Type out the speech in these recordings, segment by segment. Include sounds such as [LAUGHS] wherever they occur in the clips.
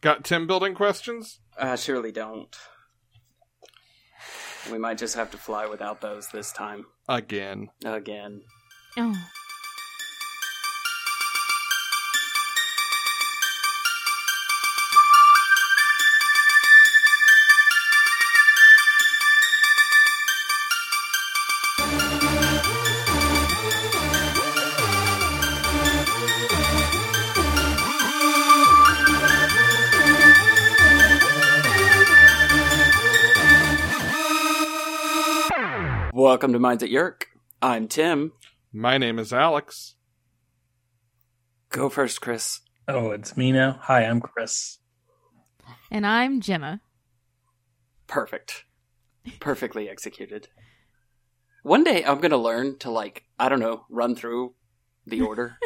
Got Tim building questions? I surely don't. We might just have to fly without those this time. Again. Again. Oh. Welcome to Minds at Yerk. I'm Tim. My name is Alex. Go first, Chris. Oh, it's me now. Hi, I'm Chris. And I'm Gemma. Perfect. Perfectly executed. One day I'm going to learn to, like, I don't know, run through the order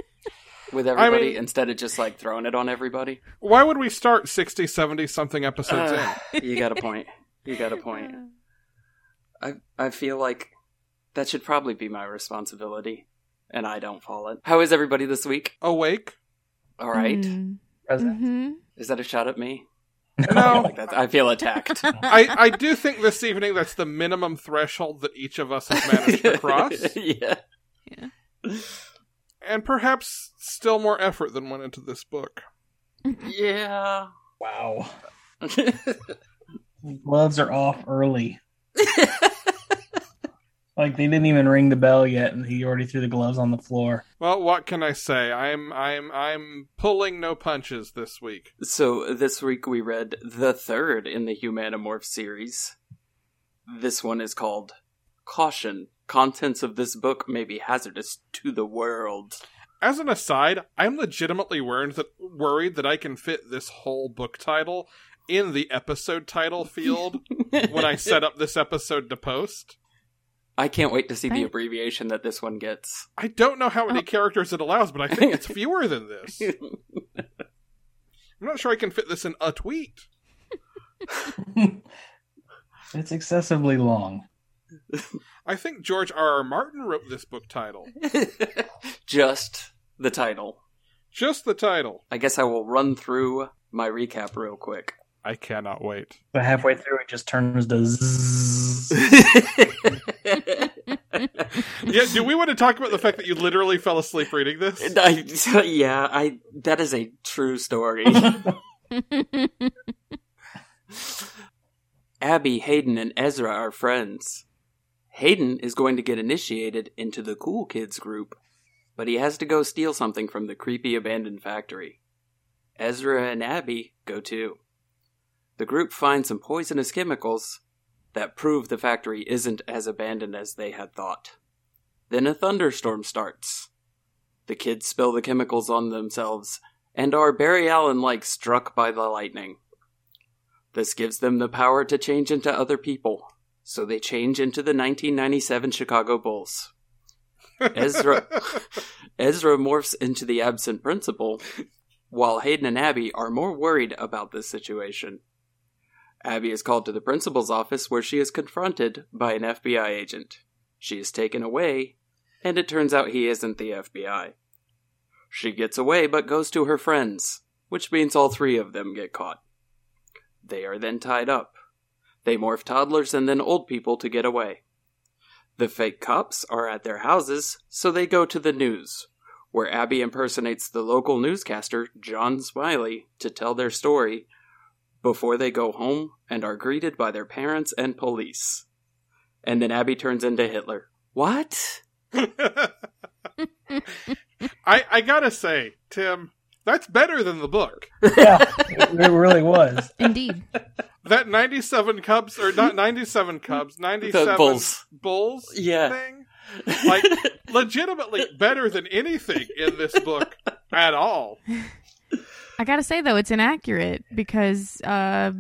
with everybody mean- instead of just, like, throwing it on everybody. Why would we start 60, 70 something episodes [SIGHS] Uh, you got a point. You got a point. I I feel like that should probably be my responsibility, and I don't fall it. How is everybody this week? in? Awake? All right. Mm. [LAUGHS] Present. Mm-hmm. Is that a shot at me? I feel No. like that's- I feel attacked. I, I do think this evening that's the minimum threshold that each of us has managed to cross, [LAUGHS] yeah. and perhaps still more effort than went into this book. Yeah. [LAUGHS] Wow. Gloves are off early. Like they didn't even ring the bell yet, and he already threw the gloves on the floor. Well, what can I say? I'm I'm I'm pulling no punches this week. so this week we read the third in the Humanimorph series. This one is called Caution. Contents of this book may be hazardous to the world. As an aside, I'm legitimately worried that worried that I can fit this whole book title in the episode title field when I set up this episode to post. I can't wait to see the Right. abbreviation that this one gets. I don't know how many characters it allows, but I think it's fewer than this. I'm not sure I can fit this in a tweet. it's excessively long. I think George R. R. Martin wrote this book title. [LAUGHS] Just the title. Just the title. I guess I will run through my recap real quick. [LAUGHS] I cannot wait. But halfway through, it just turns [LAUGHS] to zzz. Yeah, do we want to talk about the fact that you literally fell asleep reading this? I, yeah, I that is a true [LAUGHS] story. Mm-hmm. Abby, Hayden, and Ezra are friends. Hayden is going to get initiated into the cool kids group, but he has to go steal something from the creepy abandoned factory. Ezra and Abby go too. The group finds some poisonous chemicals that prove the factory isn't as abandoned as they had thought. Then a thunderstorm starts. The kids spill the chemicals on themselves and are Barry Allen like struck by the lightning. This gives them the power to change into other people, so they change into the 1997 Chicago Bulls. [LAUGHS] Ezra Ezra morphs into the absent principal, while Hayden and Abby are more worried about this situation. Abby is called to the principal's office where she is confronted by an FBI agent. She is taken away, and it turns out he isn't the FBI. She gets away but goes to her friends, which means all three of them get caught. They are then tied up. They morph toddlers and then old people to get away. The fake cops are at their houses, so they go to the news, where Abby impersonates the local newscaster, John Smiley, to tell their story before they go home and are greeted by their parents and police. And then Abby turns into Hitler. What? I I gotta say, Tim, that's better than the book. yeah, it, it really was. Indeed. That ninety-seven Cubs or not ninety-seven Cubs, ninety-seven Bulls. Bulls Yeah. thing. [LAUGHS] Like legitimately better than anything in this book at all. I gotta say though, it's inaccurate because uh,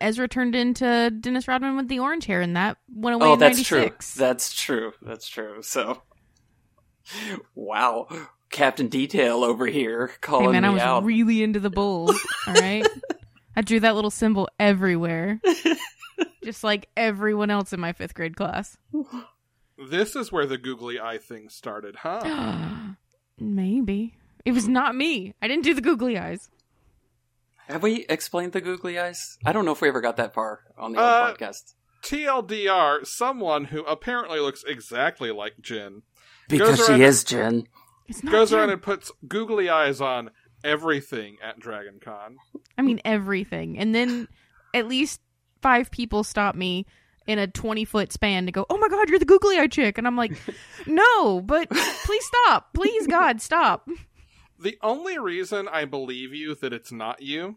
Ezra turned into Dennis Rodman with the orange hair, and that went away Oh, in that's '96. true. That's true. That's true. So, wow, Captain Detail over here calling hey man, me I was out. really into the Bulls. All right, I drew that little symbol [LAUGHS] everywhere, just like everyone else in my fifth grade class. [GASPS] This is where the googly eye thing started, huh? [GASPS] Maybe it was not me. I didn't do the googly eyes. Have we explained the googly eyes? I don't know if we ever got that far on the Uh, old podcast. TLDR, someone who apparently looks exactly like Jin Because goes she around- is Jen. It's not goes Jen. around and puts googly eyes on everything at Dragon Con. I mean everything. And then at least five people stop me in a twenty foot span to go, Oh my god, you're the googly eye chick and I'm like, No, but please stop. Please God, stop. The only reason I believe you that it's not you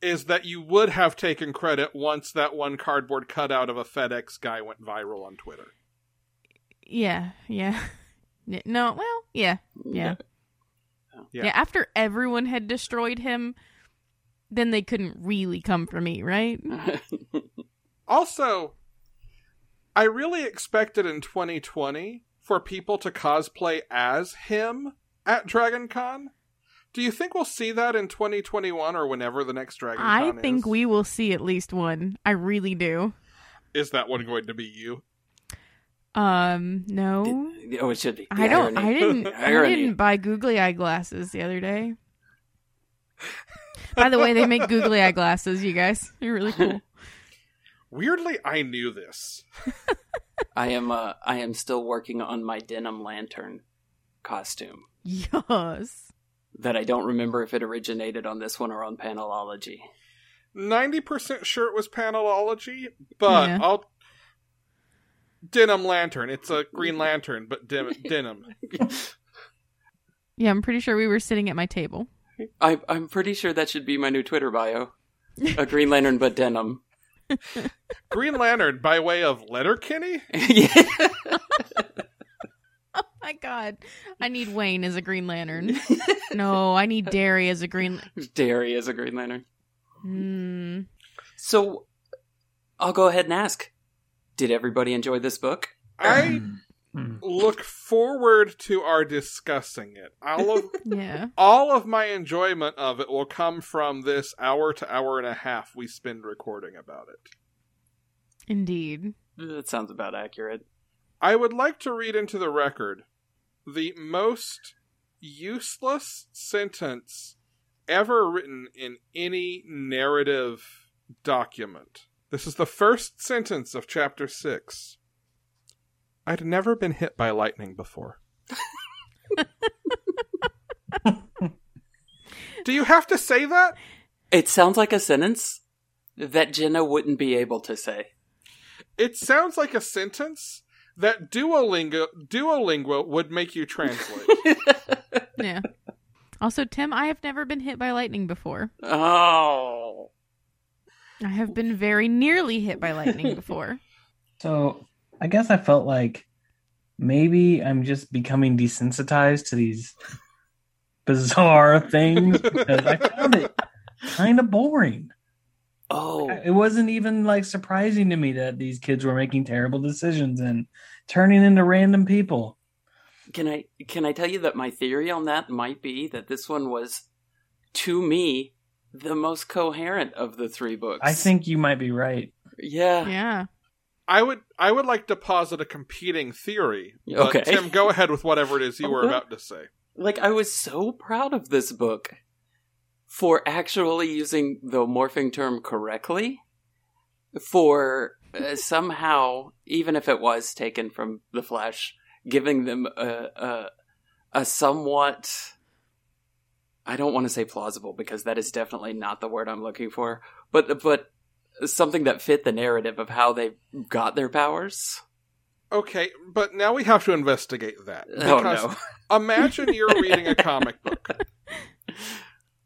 is that you would have taken credit once that one cardboard cutout of a FedEx guy went viral on Twitter. Yeah, yeah. N- No, well, yeah, yeah. Yeah. Yeah. After everyone had destroyed him, then they couldn't really come for me, right? [LAUGHS] Also, I really expected in 2020 for people to cosplay as him at Dragon Con. Do you think we'll see that in 2021 or whenever the next Dragon I Con think is? we will see at least one. I really do. Is that one going to be you? Um, no. Did- oh, it should be. I The don't. I irony. [LAUGHS] didn't. I Irony. didn't buy googly eye glasses the other day. By the way, they make googly eye glasses. You guys, they're [LAUGHS] really cool. Weirdly, I knew this. I am. Uh, I am still working on my denim lantern costume yes. that I don't remember if it originated on this one or on Panelology. 90% sure it was panelology, but Yeah. I'll. Denim lantern. It's a green lantern, but dim- denim. Yeah, I'm pretty sure we were sitting at my table. I, I'm pretty sure that should be my new Twitter bio. [LAUGHS] A Green Lantern, but denim. Green lantern by way of Letterkenny? yeah. My God, I need Wayne as a [LAUGHS] Green Lantern. no, I need Derry as a Green. Derry is a Green Lantern. Hmm. So, I'll go ahead and ask. Did everybody enjoy this book? I Hmm. look forward to our discussing it. All of yeah. all of my enjoyment of it will come from this hour to hour and a half we spend recording about it. Indeed. That sounds about accurate. I would like to read into the record the most useless sentence ever written in any narrative document. This is the first sentence of chapter 6. I'd never been hit by lightning before. Do you have to say that? It sounds like a sentence that Jenna wouldn't be able to say. It sounds like a sentence that Duolingo Duolingo would make you translate. Yeah. Also, Tim, I have never been hit by lightning before. oh. I have been very nearly hit by [LAUGHS] lightning before. So I guess I felt like maybe I'm just becoming desensitized to these bizarre things because I found it kind of boring. Oh. It wasn't even like surprising to me that these kids were making terrible decisions and turning into random people. Can I can I tell you that my theory on that might be that this one was to me the most coherent of the three books. I think you might be right. Yeah. Yeah. I would I would like to posit a competing theory. But Okay. Tim, go ahead with whatever it is you were Okay. about to say. Like I was so proud of this book for actually using the morphing term correctly for uh, somehow even if it was taken from the flash giving them a a, a somewhat I don't want to say plausible because that is definitely not the word I'm looking for, but but something that fit the narrative of how they got their powers. Okay, but now we have to investigate that. Oh Because no. [LAUGHS] imagine you're reading a comic book.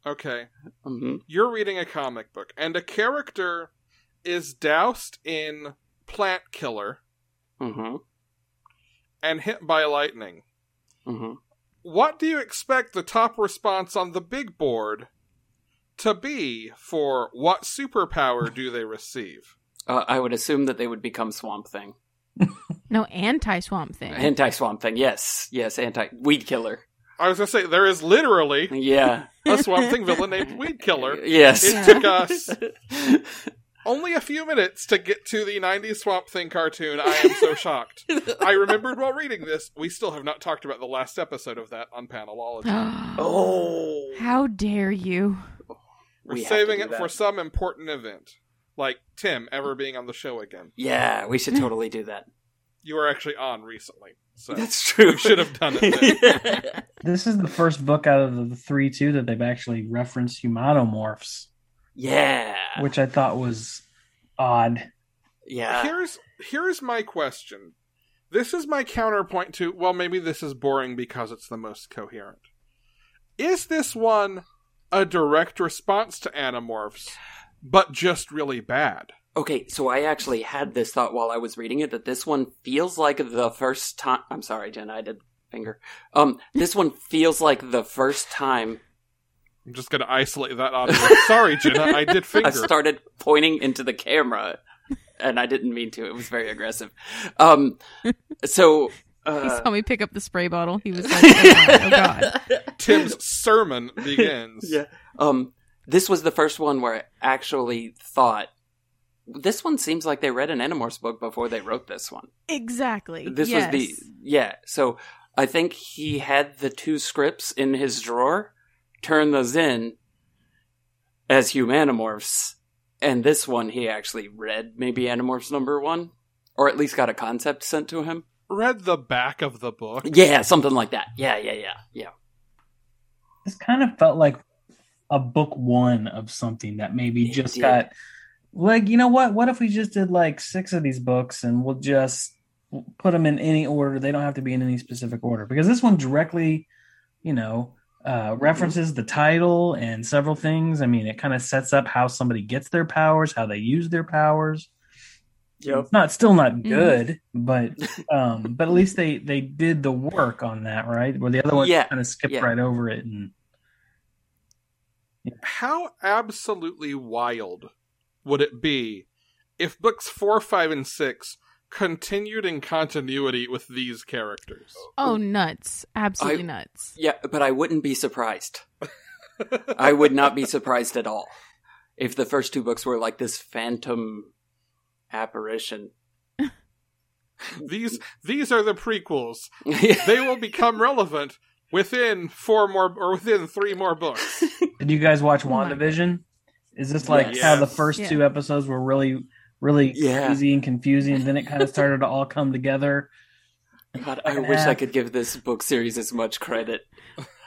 Okay. Mhm. You're reading a comic book and a character is doused in plant killer Mhm. and hit by lightning. Mhm. What do you expect the top response on the big board to be for what superpower do they receive? Uh, I would assume that they would become Swamp Thing. No anti swamp thing. [GASPS] Anti swamp thing, yes, yes, anti weed killer. I was gonna say there is literally [LAUGHS] Yeah, a Swamp Thing villain named Weed Killer. Yes, It took us only a few minutes to get to the '90s Swamp Thing cartoon. I am so shocked. I remembered while reading this. We still have not talked about the last episode of that on panelology. [LAUGHS] oh, How dare you? We're [GASPS] We have to saving do it that. for some important event, like Tim ever being on the show again. Yeah, we should totally do that. You were actually on recently, so That's true. you should have done it. Then. This is the first book out of the three two that they've actually referenced humanomorphs, [LAUGHS] yeah. which I thought was odd. Yeah. here's here's my question. This is my counterpoint to well, maybe this is boring because it's the most coherent. Is this one a direct response to Animorphs, but just really bad? Okay, so I actually had this thought while I was reading it that this one feels like the first time. I'm sorry, Jen, I did finger. Um, this one feels like the first time I'm just gonna isolate that audio. Sorry, Jenna, I did finger. [LAUGHS] I started pointing into the camera, and I didn't mean to. It was very aggressive. Um, so He uh, [LAUGHS] saw me pick up the spray bottle. He was like, oh, oh god. Tim's sermon begins. [LAUGHS] yeah. Um, this was the first one where I actually thought this one seems like they read an Animorphs book before they wrote this one. Exactly. This yes. was the yeah. So I think he had the two scripts in his drawer, turned those in as humanimorphs, and this one he actually read maybe Animorphs number one, or at least got a concept sent to him. Read the back of the book. Yeah, something like that. Yeah, yeah, yeah, yeah. This kind of felt like a book one of something that maybe It just did. got like you know what? What if we just did like six of these books and we'll just put them in any order? They don't have to be in any specific order because this one directly, you know. Uh, Mm-hmm. references the title and several things. I mean, it kind of sets up how somebody gets their powers, how they use their powers. It's not still not good, [LAUGHS] but um, but at least they they did the work on that, right? Where the other one Yeah, kind of skipped yeah. right over it, and How absolutely wild would it be if books four, five, and six continued in continuity with these characters? Oh nuts. Absolutely I- nuts. Yeah, but I wouldn't be surprised. I would not be surprised at all if the first two books were like this phantom apparition. [LAUGHS] [LAUGHS] These these are the prequels. They will become relevant within four more or within three more books. did you guys watch Oh my God. WandaVision? Is this like Yes. how the first Yeah. two episodes were really really Yeah. crazy and confusing, and then it kind of started to all come together? God, I wish I could give this book series as much credit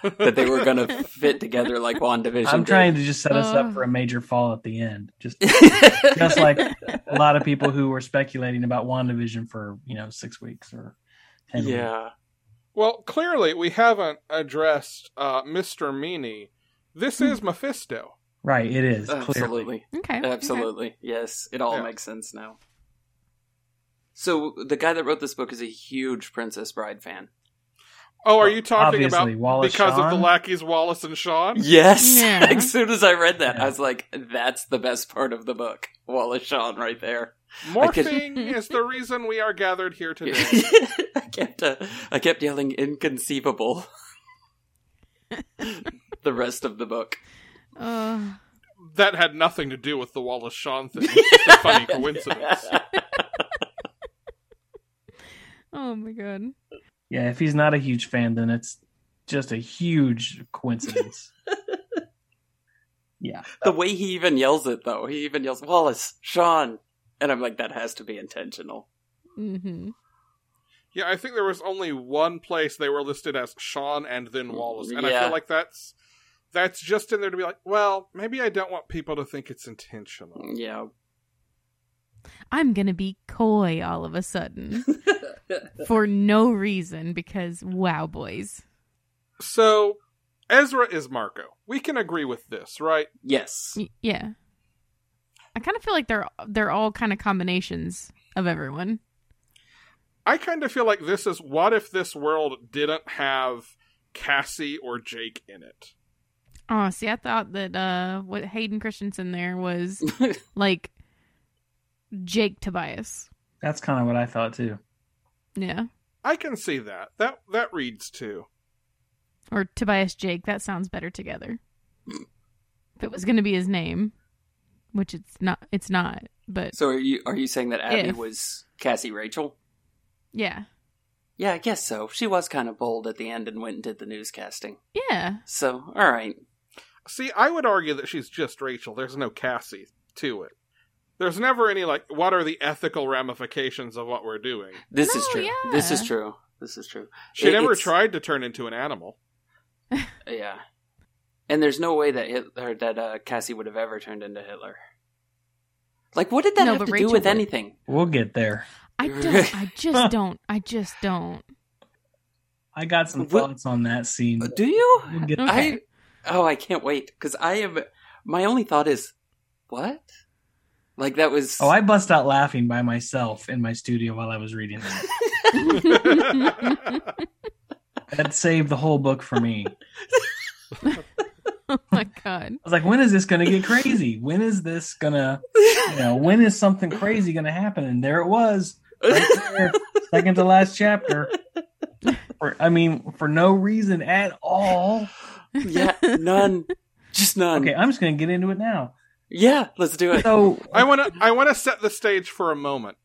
that they were going to fit together like WandaVision. I'm did. [LAUGHS] trying to just set us Ugh. up for a major fall at the end, just just like a lot of people who were speculating about Wandavision for you know six weeks or ten. weeks. yeah. [LAUGHS] Well, clearly we haven't addressed uh, Mr. Meany. Hmm. This is Mephisto. right. It is clearly. Absolutely. Okay. okay. Absolutely. Yes. It all Yeah. makes sense now. So, the guy that wrote this book is a huge Princess Bride fan. Oh, are you talking Obviously, about Wallace because of the Shawn? lackeys Wallace and [LAUGHS] Shawn? Yes. Yeah. [LAUGHS] as soon as I read that, Yeah. I was like, that's the best part of the book. Wallace Shawn right there. could- Morphing is the reason we are gathered here [LAUGHS] today. I kept uh, I kept yelling inconceivable [LAUGHS] the rest of the [LAUGHS] book. Uh, that had nothing to do with the Wallace Shawn thing. It's just a funny coincidence. oh my god. Yeah, if he's not a huge fan, then it's just a huge [LAUGHS] coincidence. yeah. the way he even yells it though. He even yells Wallace, Shawn, and I'm like that has to be intentional. Mm-hmm. Yeah, I think there was only one place they were listed as Shawn and then Wallace, and I Yeah. feel like that's that's just in there to be like, well, maybe I don't want people to think it's intentional. Yeah. I'm gonna be coy all of a [LAUGHS] sudden for no reason because wow, boys. So Ezra is Marco. We can agree with this, right? yes. [LAUGHS] Y- yeah. I kind of feel like they're they're all kind of combinations of everyone. I kind of feel like this is what if this world didn't have Cassie or Jake in it? Oh, see, I thought that uh, what Hayden Christensen there was like Jake Tobias. That's kind of what I thought too. Yeah. I can see that. That that reads too. Or Tobias Jake. That sounds better together. if it was going to be his name, which it's not, it's not, but so are you are you saying that Abby If. was Cassie Rachel? yeah. Yeah, I guess so. She was kind of bold at the end and went and did the newscasting. Yeah. So, all right. See, I would argue that she's just Rachel. There's no Cassie to it. There's never any like what are the ethical ramifications of what we're doing. This is No, true. yeah. This is true. This is true. She It- never it's- tried to turn into an animal. Yeah. And there's no way that Hitler, that uh, Cassie would have ever turned into Hitler. Like, what did that No, have but to Rachel do with would. anything? We'll get there. I don't. I [LAUGHS] just don't. I just don't. I got some Well- thoughts on that scene. Uh, Do you? We'll get Okay. I oh, I can't wait because I am. My only thought is, what? Like that was. [LAUGHS] Oh, I bust out laughing by myself in my studio while I was reading that. I That saved the whole book for me. I [LAUGHS] oh my god. was like, when is this going to get crazy? When is this going to, you know, when is something crazy going to happen? And there it was. right there, second to last chapter. For, I mean, for no reason at all. yeah, none. Just none. Okay, I'm just going to get into it now. Yeah, let's do it. So, want to I want to set the stage for a moment.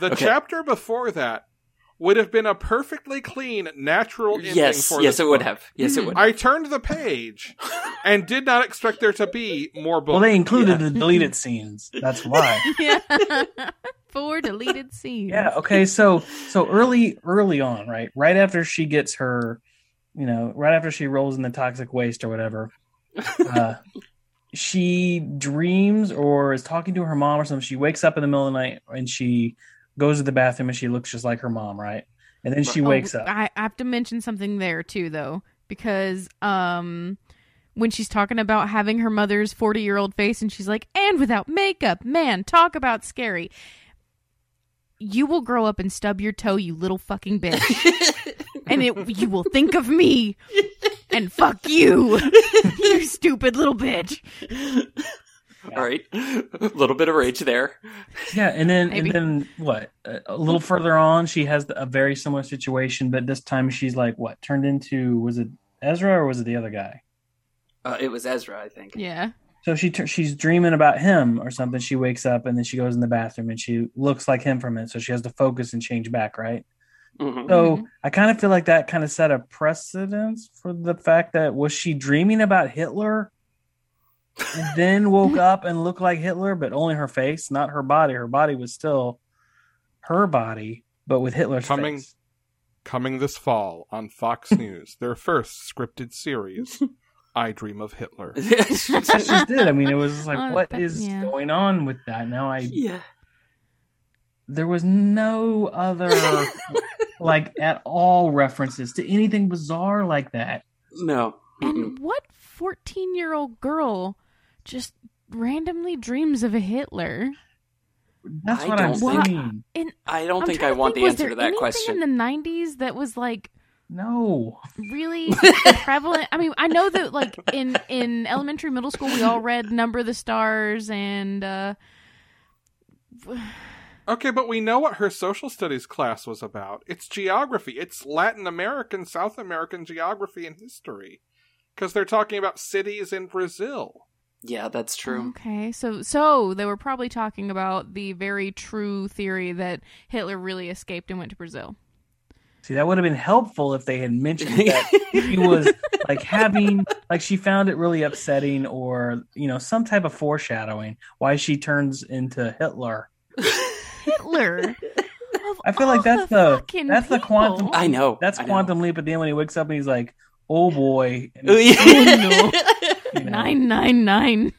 The Okay. chapter before that would have been a perfectly clean natural ending Yes, for yes, this it would book. have. Yes, it Mhm. [LAUGHS] would. [LAUGHS] I turned the page and did not expect there to be more books. well, they included Yeah. the deleted scenes. That's why. [LAUGHS] Yeah. [LAUGHS] Four deleted scenes. Yeah. Okay. So so early early on, right, right after she gets her, you know, right after she rolls in the toxic waste or whatever, uh, she dreams or is talking to her mom or something. She wakes up in the middle of the night and she goes to the bathroom and she looks just like her mom, right? And then she Oh, wakes up. I, I have to mention something there too, though, because um, when she's talking about having her mother's forty-year-old face, and she's like, "And without makeup, man, talk about scary." You will grow up and stub your toe, you little fucking bitch, and [LAUGHS] it you will think of me, and fuck you, [LAUGHS] you stupid little bitch. All right, [LAUGHS] a little bit of rage there. Yeah, and then Maybe. and then what? A, a little further on, she has a very similar situation, but this time she's like what turned into was it Ezra or was it the other guy? Uh, it was Ezra, I think. Yeah, So she tur she's dreaming about him or something. She wakes up and then she goes in the bathroom and she looks like him for a minute. So she has to focus and change back, right? Mhm. [LAUGHS] So Mhm. I kind of feel like that kind of set a precedence for the fact that was she dreaming about [LAUGHS] Hitler and then woke up and looked like Hitler, but only her face, not her body. Her body was still her body, but with Hitler's Coming- face. Coming this fall on [LAUGHS] Fox News, their first scripted series, I Dream of Hitler. That's just it. I mean, it was just [LAUGHS] like, Oh, what that- is yeah. going on with that? Now I yeah. there was no [LAUGHS] other like at all references to anything bizarre like that. No. Mm-mm. and what fourteen-year-old girl just randomly dreams of a Hitler? That's I what I'm don't think- saying. And I don't I'm think trying I to want think, the was answer there to that anything question. In the '90s, that was like No. [LAUGHS] really prevalent. I mean, I know that like in in elementary, middle school, we all read Number of the Stars and uh, Okay, but we know what her social studies class was about. It's geography. It's Latin American, South American geography and history. Because they're talking about cities in Brazil. Yeah, that's true. okay, so so they were probably talking about the very true theory that Hitler really escaped and went to Brazil. See, that would have been helpful if they [LAUGHS] had mentioned that she was like having like she found it really upsetting or you know, some type of foreshadowing why she turns into Hitler. Hitler. [LAUGHS] of I feel like all that's the- the fucking that's the quantum- people. [LAUGHS] I know. That's I know. [LAUGHS] quantum leap, but then when he wakes up and he's like, Oh boy. And Oh, [LAUGHS] yeah. it's- you know. nine nine nine.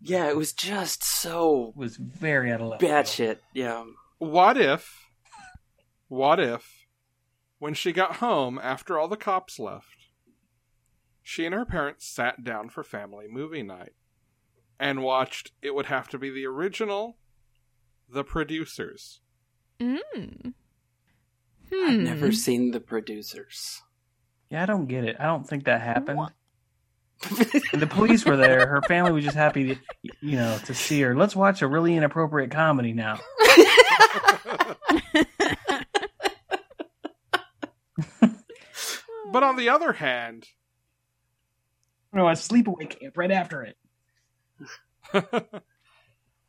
Yeah, it was just so It was very out of left. field. batshit. Yeah. What if. What if. When she got home after all the cops left, she and her parents sat down for family movie night and watched it would have to be the original, The Producers. Mm. Hmm. I've never seen the producers. [LAUGHS] Yeah, I don't get it. I don't think that happened. What? And the police were there. Her family was just happy, to, you know, to see her. Let's watch a really inappropriate comedy now. But on the other hand, No, a sleepaway camp right after it. [LAUGHS]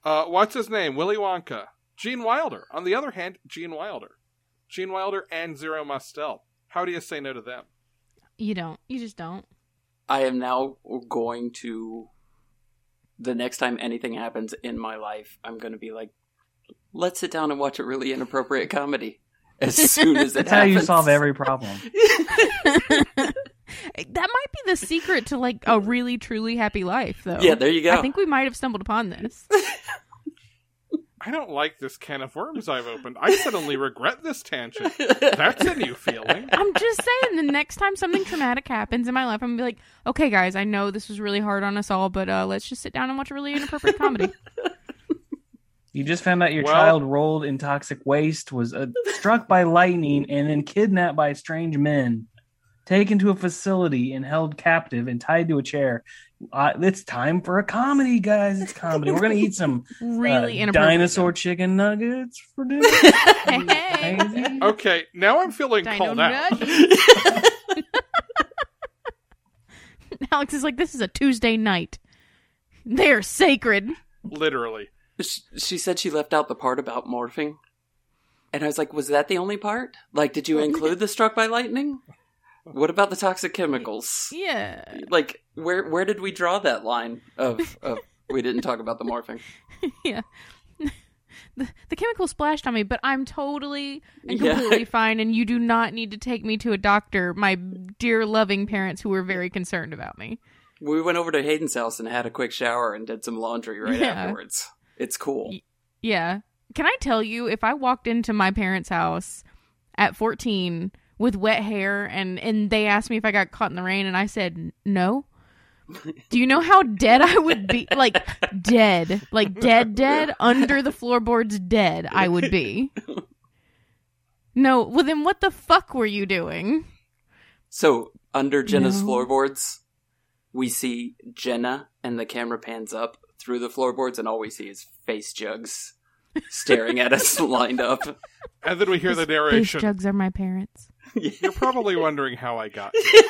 uh, what's his name? Willy Wonka. Gene Wilder. On the other hand, Gene Wilder. Gene Wilder and Zero Mostel. How do you say no to them? You don't. You just don't. I am now going to the next time anything happens in my life, I'm going to be like, let's sit down and watch a really inappropriate comedy as [LAUGHS] soon as it That's how you happens. solve every problem. that might be the secret to like a really truly happy life, though. [LAUGHS] yeah, there you go. I think we might have stumbled upon this. I don't like this can of worms I've opened. I suddenly regret this tangent. That's a new feeling. I'm just saying, the next time something traumatic happens in my life, I'm gonna be like, okay, guys, I know this was really hard on us all, but uh, let's just sit down and watch a really inappropriate comedy. You just found out your Well- child rolled in toxic waste, was uh, struck by lightning, and then kidnapped by strange men, taken to a facility and held captive and tied to a chair. Uh, it's time for a comedy, guys. It's comedy. We're gonna eat some [LAUGHS] uh, Really inappropriate. dinosaur chicken nuggets for dinner. Hey, hey. Crazy. Okay, now I'm feeling Dino called out. nugget. [LAUGHS] Alex is like, this is a Tuesday night. [LAUGHS] They're sacred. Literally. [LAUGHS] Sh- she said she left out the part about morphing. And I was like, was that the only part? Like, did you include the struck by lightning? What about the toxic chemicals? Yeah. Like, where where did we draw that line of, of we didn't talk about the morphing? yeah. The, [LAUGHS] the chemical splashed on me, but I'm totally and Yeah. completely fine, and you do not need to take me to a doctor, my dear loving parents who were very concerned about me. We went over to Hayden's house and had a quick shower and did some laundry right Yeah. afterwards. It's cool. Y- Yeah. Can I tell you, if I walked into my parents' house at 14 with wet hair and, and they asked me if I got caught in the rain and I said "N- no, do you know how dead I would be? Like, dead. Like, dead, dead, under the floorboards, dead, I would be. No, well, then what the fuck were you doing? So under Jenna's No. floorboards, we see Jenna, and the camera pans up through the floorboards, and all we see is face jugs staring at [LAUGHS] us lined up. And then we hear the Face narration. jugs are my parents. You're probably wondering how I got. here.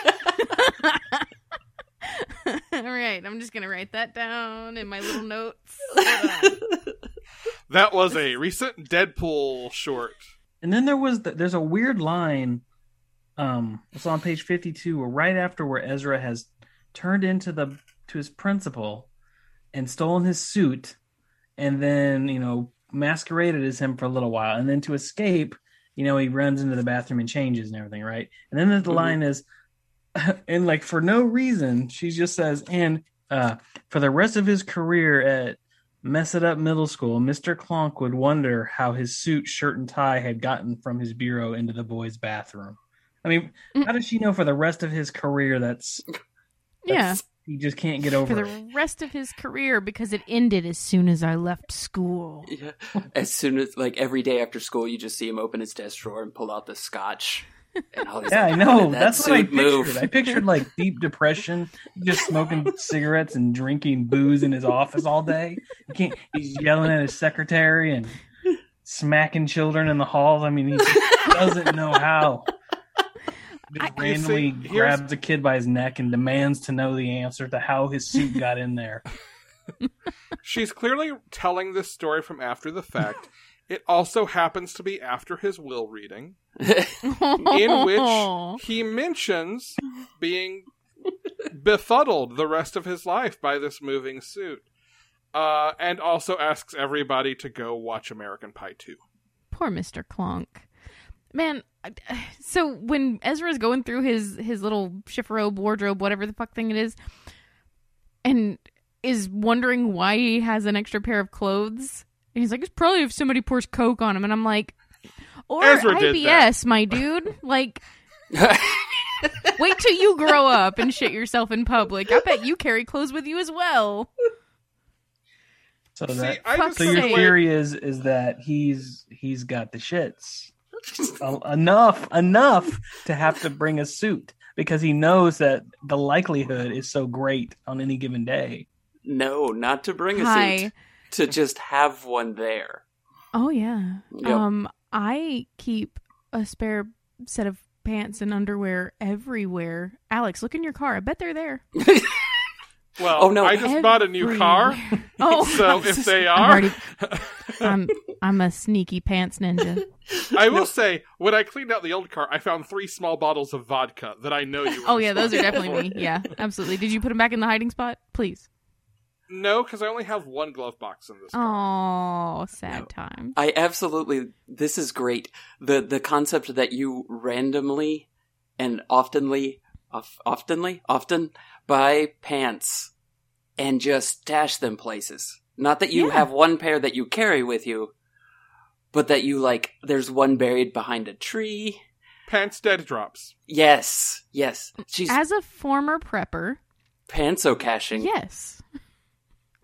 All [LAUGHS] right, I'm just going to write that down in my little [LAUGHS] notes. Hold on. That was a recent Deadpool short. And then there was the, there's a weird line. Um, it's on page fifty two, where right after where Ezra has turned into the to his principal and stolen his suit, and then you know masqueraded as him for a little while, and then to escape, you know he runs into the bathroom and changes and everything, right? And then the Mhm. line is, [LAUGHS] and like for no reason, she just says, and uh, for the rest of his career at Mess it up middle school, Mr. Clonk would wonder how his suit, shirt, and tie had gotten from his bureau into the boys' bathroom. I mean, how does she know for the rest of his career that's, Yeah. that's- he just can't get for over it? the rest of his career because it ended as soon as I left [LAUGHS] school. Yeah. As soon as like every day after school, you just see him open his desk drawer and pull out the scotch. And all Yeah, I know. That's what I pictured. move. I pictured like deep depression, just [LAUGHS] smoking cigarettes and drinking booze in his office all day. He can't, he's yelling at his secretary and smacking children in the halls. I mean, he just doesn't know how. Just I- You see, randomly here's- grabs a kid by his neck and demands to know the answer to how his suit got in there. She's clearly telling this story from after the [LAUGHS] fact. It also happens to be after his will reading, in [LAUGHS] which he mentions being befuddled the rest of his life by this moving suit. Uh, and also asks everybody to go watch American Pie 2. poor Mr. Clonk. Man, I- so when Ezra's going through his his little chiffrobe wardrobe, whatever the fuck thing it is, and is wondering why he has an extra pair of clothes, and he's like, "It's probably if somebody pours coke on him," and I'm like, "Or Ezra did that. IBS, my dude." Like, [LAUGHS] wait till you grow up and shit yourself in public. I bet you carry clothes with you as well. So See, that I just Fuck's so your sake. relate- theory is is that he's he's got the shits En- enough enough to have to bring a suit because he knows that the likelihood is so great on any given day. [LAUGHS] no, not to bring a Hi. suit. To just have one there. Oh yeah. Yep. Um, I keep a spare set of pants and underwear everywhere. Alex, look in your car. I bet they're there. Well, Oh, no. I just bought a new car, Everywhere. [LAUGHS] oh, [LAUGHS] so if they [LAUGHS] I'm are, already, I'm I'm a sneaky pants ninja. I will say, when I cleaned out the old car, I found three small bottles of vodka that I know you. Were [LAUGHS] Oh yeah, those are responsible [LAUGHS] definitely me. for. Yeah, absolutely. Did you put them back in the hiding spot? Please. No, because I only have one glove box in this. car. Oh, sad No. time. I absolutely this is great. The the concept that you randomly and oftenly of, oftenly often buy pants and just stash them places. Not that you Yeah. have one pair that you carry with you, but that you like there's one buried behind a tree. Pants dead drops. Yes. Yes. She's As a former prepper, pantso caching. yes. [LAUGHS]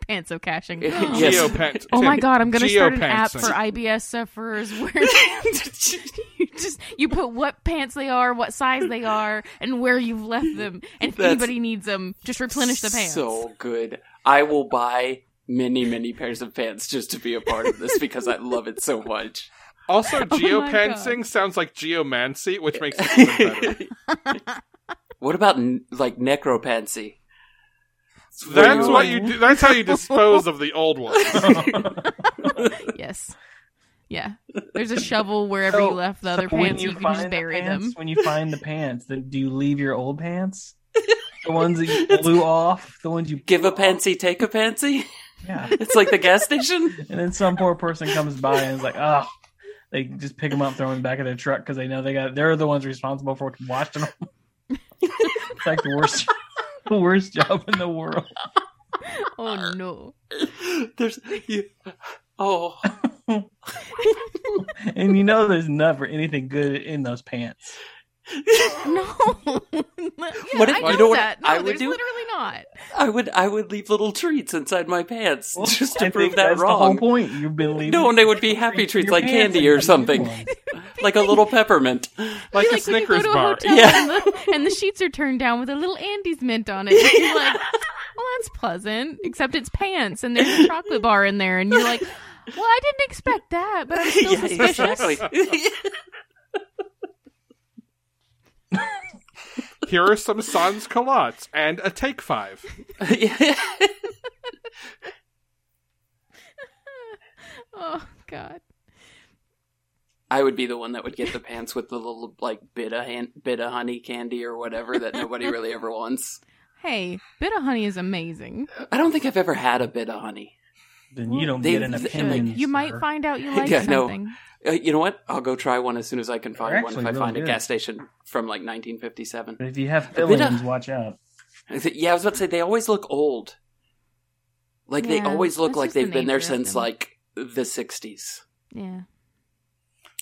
Pantso [LAUGHS] caching. Yes. Geo pant. [LAUGHS] Oh my god, I'm gonna start an app Geopantsing. for IBS sufferers where [LAUGHS] you just you put what pants they are, what size they are, and where you've left them. And if That's anybody needs them, just replenish the pants. So good. I will buy many, many pairs of pants just to be a part of this because I love it so [LAUGHS] much. [LAUGHS] [LAUGHS] Also, Oh my geopancing sounds like geomancy, which makes it [LAUGHS] even better. what about n- like necropancy? That's Where what you do. That's how you dispose of the old [LAUGHS] ones. Yes. Yeah. There's a shovel wherever you left the other so when pants, you, can find just the bury pants- them. When you find the pants, then do you leave your [LAUGHS] old pants? The ones that you blew off, the ones you Give a pansy, take a pansy. yeah. [LAUGHS] It's like the gas station. [LAUGHS] And then some poor person comes by and is like, oh, they just pick them up, throw them back in their truck because they know they got. They're the ones responsible for washing them. [LAUGHS] it's like the worst, the worst job in the world. Oh no. [LAUGHS] There's you. Oh, And you know there's never anything good in those pants. No. yeah, What if- I you know, know what that. No, I would there's do? literally not. I would I would leave little treats inside my pants just to I prove think that that's The whole wrong. point you've been leaving. No, and they would be happy your treats like pants candy and or you something, leave 'em. like a little [LAUGHS] peppermint. Like Be a when you go Snickers to a bar. hotel Yeah. and, the, and the sheets are turned down with a little Andes mint on it. And [LAUGHS] you're like, well, that's pleasant. Except it's pants and there's a chocolate bar in there, and you're like, well, I didn't expect that, but I'm [LAUGHS] still Yeah, suspicious. [LAUGHS] exactly. Here are some sans culottes and a take five. [LAUGHS] Oh God. I would be the one that would get the pants with the little like bit of han- bit of honey candy or whatever that nobody really ever wants. Hey, bit of honey is amazing. I don't think I've ever had a bit of honey. Then you don't They- get an they- opinion. you might sir. find out [LAUGHS] you like Yeah, no. something. Uh, you know what? I'll go try one as soon as I can find They're one. If actually I really find a good. gas station from like 1957. But if you have bit of- fillings, watch out. Yeah, I was about to say they always look old. Like they Yeah, always look that's like just the they've been nature there of since them. like the 60s. Yeah.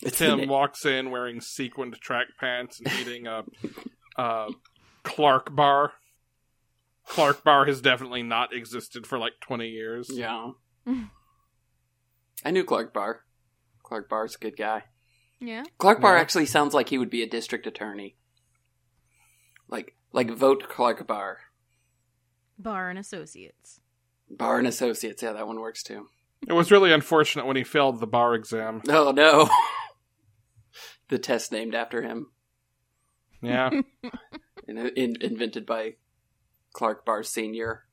It's the Tim na- walks in wearing sequined track pants and eating a, a Clark bar. Clark bar has definitely not existed for like 20 years. [LAUGHS] Yeah. I knew Clark Barr. Clark Barr's a good guy. Yeah. Clark Barr Yeah. actually sounds like he would be a district attorney. Like like vote Clark Barr. Bar and Associates. Barr and Associates, yeah, that one works too. It was really unfortunate when he failed the bar exam. Oh no. [LAUGHS] the test named after him Yeah. and in, invented by Clark Barr Sr.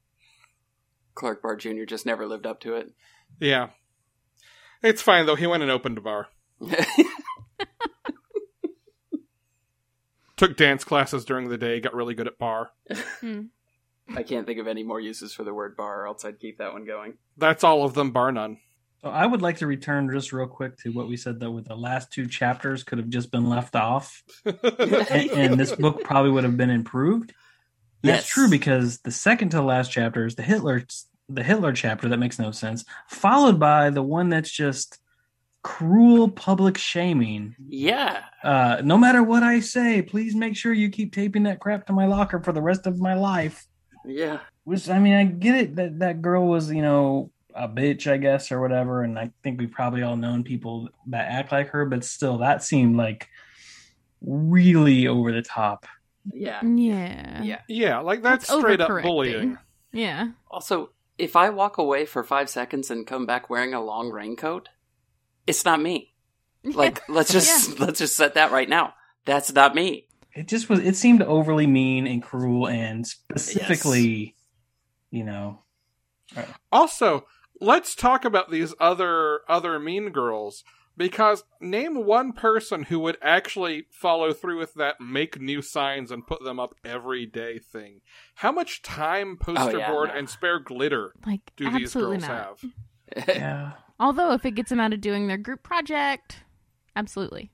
Clark Barr Jr. just never lived up to it. [LAUGHS] yeah. It's fine though. He went and opened a bar. Took dance classes during the day, got really good at bar. I can't think of any more uses for the word bar, or else I'd keep that one going. That's all of them, bar none. So I would like to return just real quick to what we said though, with the last two chapters could have just been left off, and, and this book probably would have been improved. That's Yes. true because the second to the last chapter is the Hitler the Hitler chapter that makes no sense, followed by the one that's just cruel public shaming. Yeah. Uh, no matter what I say, please make sure you keep taping that crap to my locker for the rest of my life. Yeah. Which I mean, I get it that that girl was, you know, a bitch, I guess, or whatever. And I think we've probably all known people that act like her, but still, that seemed like really over the top. Yeah. Yeah. Yeah. Yeah, like that's, That's straight up overcorrecting. bullying. Yeah. Also, if I walk away for five seconds and come back wearing a long raincoat, it's not me. Like [LAUGHS] let's just let's just set that right now. That's not me. It just was. It seemed overly mean and cruel, and specifically, you know, Also, let's talk about these other other mean girls because name one person who would actually follow through with that make new signs and put them up every day thing how much time poster yeah, board no. and spare glitter Like do these absolutely girls not. have Yeah. Although if it gets them out of doing their group project, absolutely.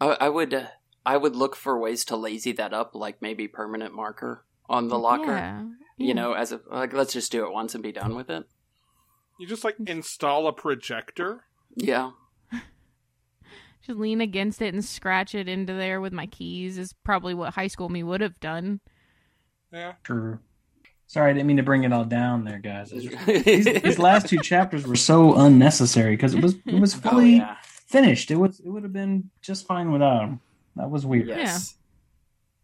I, I would uh, I would look for ways to lazy that up, like maybe permanent marker on the locker. Yeah. Yeah. You know, as a like, let's just do it once and be done with it. you just like install a projector Yeah, Just lean against it and scratch it into there with my keys is probably what high school me would have done. yeah True. Sorry, I didn't mean to bring it all down there, guys. It's just- These oh [LAUGHS] last two chapters were so unnecessary because it was it was fully Oh, yeah, finished. It was it would have been just fine without them. That was weird. yes.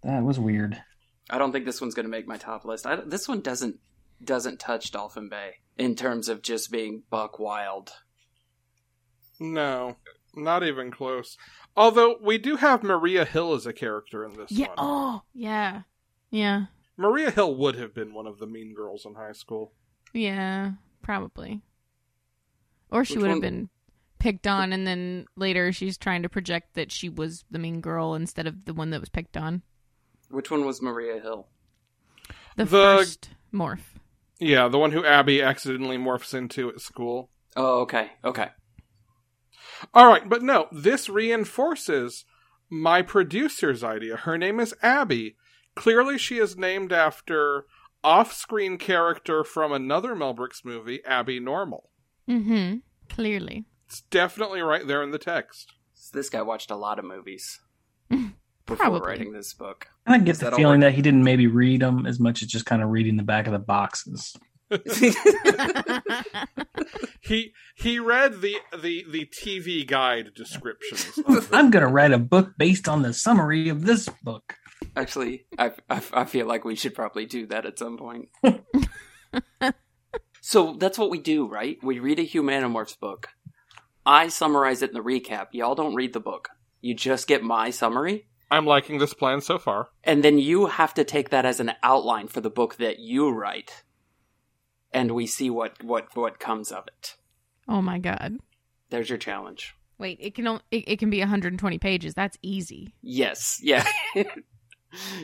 That was weird. I don't think this one's going to make my top list. I, don't- this one doesn't doesn't touch Dolphin Bay in terms of just being buck wild. no not even close although we do have maria hill as a character in this Yeah. one Oh, yeah. Yeah. maria hill would have been one of the mean girls in high school Yeah, probably. Or she Which would one- have been picked on and then later she's trying to project that she was the mean girl instead of the one that was picked on. Which one was Maria Hill? The, The- first morph. yeah the one who abby accidentally morphs into at school Oh, okay, okay. All right, but no, this reinforces my producer's idea. Her name is Abby. Clearly, she is named after off-screen character from another Mel Brooks movie, Abby Normal. Mhm. Clearly. It's definitely right there in the text. So this guy watched a lot of movies before Probably. writing this book. And I get Does the that all feeling that he didn't maybe read them as much as just kind of reading the back of the boxes. He he read the the the TV guide descriptions. [LAUGHS] Of it. I'm gonna write a book based on the summary of this book. Actually, I, I, I feel like we should probably do that at some point. so that's what we do, right? We read a Humanimorphs book. I summarize it in the recap. Y'all don't read the book. You just get my summary, I'm liking this plan so far. and then you have to take that as an outline for the book that you write. And we see what what what comes of it. oh my god. There's your challenge. Wait, it can only, it, it can be 120 pages. That's easy. Yes. [LAUGHS] Yeah. [LAUGHS]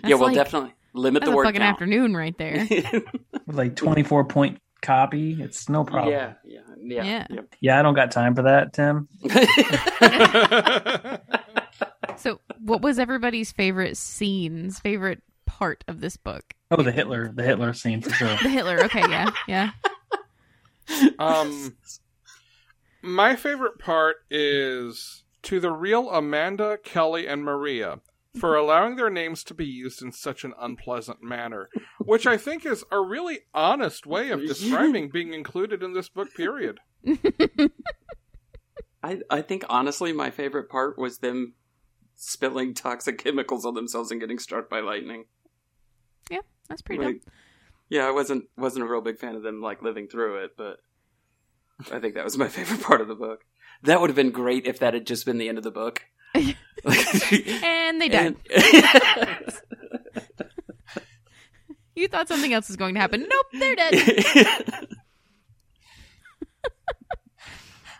yeah, we'll like- definitely limit That's the a word fucking count. afternoon right there. [LAUGHS] With like 24 point copy, it's no problem. yeah, yeah, yeah. Yeah. yeah. Yeah, I don't got time for that, Tim. [LAUGHS] so, what was everybody's favorite scenes, favorite part of this book? Oh, the Hitler, the Hitler scene for sure. The Hitler. Okay, yeah. Yeah. Um, my favorite part is to the real Amanda, Kelly, and Maria for allowing their names to be used in such an unpleasant manner, which I think is a really honest way of describing being included in this book, period. [LAUGHS] I, I think honestly, my favorite part was them spilling toxic chemicals on themselves and getting struck by lightning. That's pretty Like, yeah, I wasn't wasn't a real big fan of them like living through it, but I think that was my [LAUGHS] favorite part of the book. That would have been great if that had just been the end of the [LAUGHS] book. [LAUGHS] dumb. And they died. And- [LAUGHS] You thought something else was going to happen. Nope, they're dead.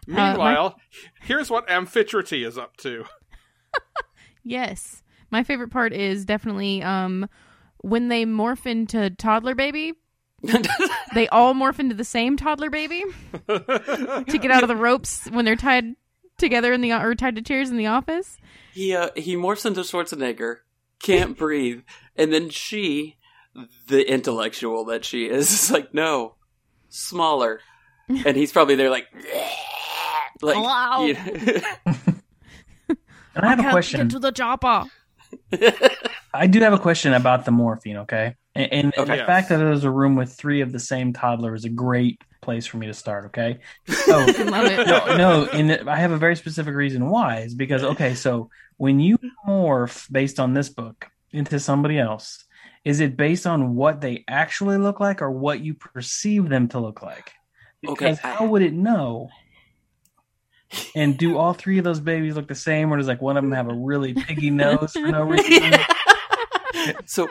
my- Meanwhile, here's what Amphitrite is up to. [LAUGHS] Yes. My favorite part is definitely um when they morph into toddler baby. [LAUGHS] [LAUGHS] They all morph into the same toddler baby to get out of the ropes when they're tied together in the or tied to chairs in the office. he uh, he morphs into Schwarzenegger, can't breathe, and then she, the intellectual that she is, [LAUGHS] is like, no, smaller, and he's probably there like, [LAUGHS] like Wow. you know. And I have a Can't question. Get to the chopper. I do have a question about the morphine, okay? And, and Okay. the Yes. fact that there's a room with three of the same toddler is a great place for me to [LAUGHS] start, okay? So, Love it. no, no, and I have a very specific reason why is because, okay, so when you morph based on this book into somebody else, is it based on what they actually look like or what you perceive them to look like? Okay, Because I- how would it know? And do all three of those babies look the same, or does like one of them have a really piggy nose [LAUGHS] for no reason? [LAUGHS] so